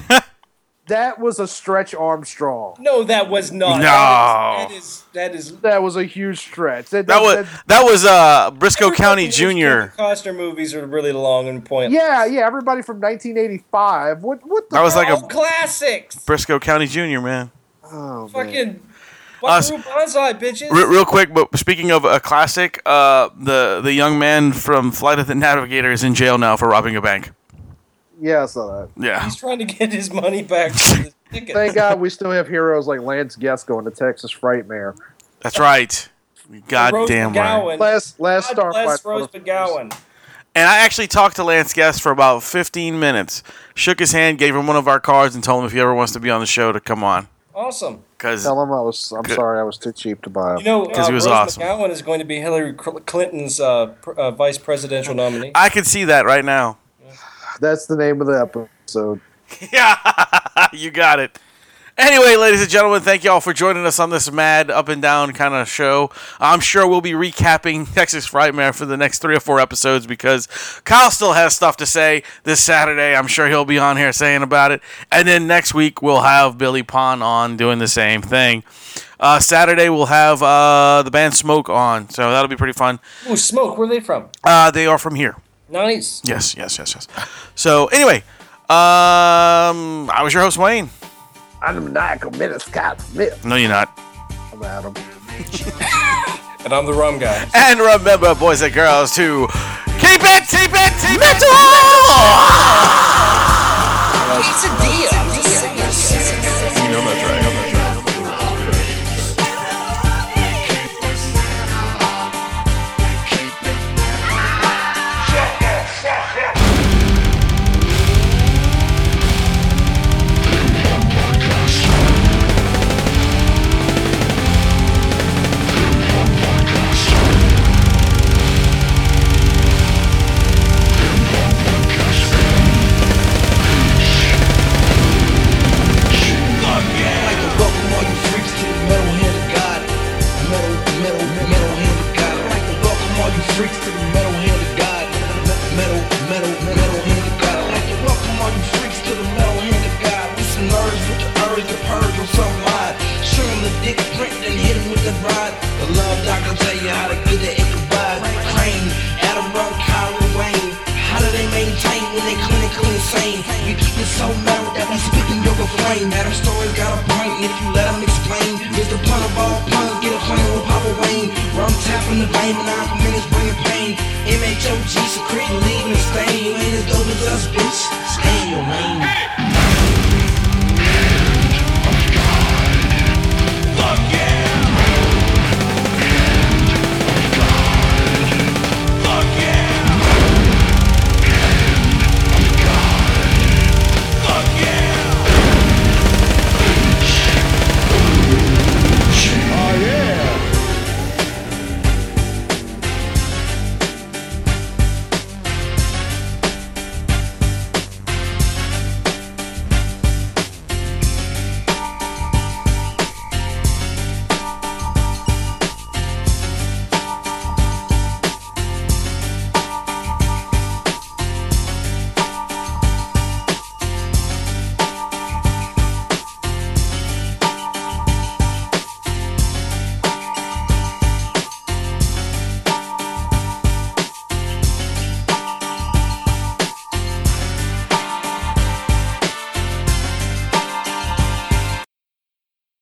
[SPEAKER 3] that was a stretch Armstrong.
[SPEAKER 4] No, that was not.
[SPEAKER 2] No.
[SPEAKER 4] That is. That is. that is-
[SPEAKER 3] That was a huge stretch.
[SPEAKER 2] That was that was uh Briscoe County
[SPEAKER 4] Those
[SPEAKER 2] Jr.
[SPEAKER 4] Kevin Costner movies are really long and pointless.
[SPEAKER 3] yeah, yeah. Everybody from 1985. What? What the?
[SPEAKER 2] That was
[SPEAKER 4] They're
[SPEAKER 2] like a
[SPEAKER 4] all classics.
[SPEAKER 2] Briscoe County Jr. man.
[SPEAKER 3] Oh, man.
[SPEAKER 4] Fucking.
[SPEAKER 2] Us-
[SPEAKER 4] Buckaroo Banzai bitches.
[SPEAKER 2] Re- real quick, but speaking of a classic, uh, the the young man from Flight of the Navigator is in jail now for robbing a bank.
[SPEAKER 3] Yeah, I saw that.
[SPEAKER 2] Yeah,
[SPEAKER 4] He's trying to get his money back for his ticket.
[SPEAKER 3] Thank God we still have heroes like Lance Guest going to Texas Frightmare.
[SPEAKER 2] that's right. God
[SPEAKER 4] Rose
[SPEAKER 2] damn right.
[SPEAKER 4] McGowan.
[SPEAKER 3] Last last
[SPEAKER 4] God
[SPEAKER 3] star
[SPEAKER 4] bless
[SPEAKER 3] fight-
[SPEAKER 4] Rose McGowan.
[SPEAKER 2] And I actually talked to Lance Guest for about 15 minutes. Shook his hand, gave him one of our cards, and told him if he ever wants to be on the show to come on.
[SPEAKER 4] Awesome.
[SPEAKER 2] Because
[SPEAKER 3] Tell him I was. I'm sorry, I was too cheap to buy.
[SPEAKER 4] You know, uh,
[SPEAKER 2] he was
[SPEAKER 4] Rose
[SPEAKER 2] awesome.
[SPEAKER 4] McGowan is going to be Hillary Cl- Clinton's uh, pr- uh, vice presidential nominee.
[SPEAKER 2] I can see that right now.
[SPEAKER 3] That's the name of the episode.
[SPEAKER 2] Yeah, you got it. Anyway, ladies and gentlemen, thank you all for joining us on this mad up and down kind of show. I'm sure we'll be recapping Texas Frightmare for the next three or four episodes because Kyle still has stuff to say this Saturday. I'm sure he'll be on here saying about it. And then next week, we'll have Billy Pond on doing the same thing. Uh, Saturday, we'll have uh, the band Smoke on, so that'll be pretty fun.
[SPEAKER 4] Ooh, smoke. Where are they from?
[SPEAKER 2] Uh, they are from here.
[SPEAKER 4] Nice.
[SPEAKER 2] Yes, yes, yes, yes. So, anyway, um, I was your host, Wayne.
[SPEAKER 3] I'm Michael Minutes Scott Smith.
[SPEAKER 2] No, you're not.
[SPEAKER 3] I'm Adam.
[SPEAKER 4] And I'm the rum guy.
[SPEAKER 2] And remember, boys and girls, to keep it, keep it, keep it
[SPEAKER 5] I'd like to welcome all you freaks to the metal hand of God. Metal, metal, metal hand of God. I'd like to welcome all you freaks to the metal hand of God. Metal, metal, metal hand of God. I'd like to welcome all you freaks to the metal hand of God. We some nerds with the urge to purge on some mind. Show 'em the dick print and hit 'em with the rod. The love doctor tell you how to get it in the ride. Crane, Adam Rowe, Kyrie Wayne. How do they maintain when they clinically insane? We keep it so mellow that we speak in your refrain. Adam Story got a point if you let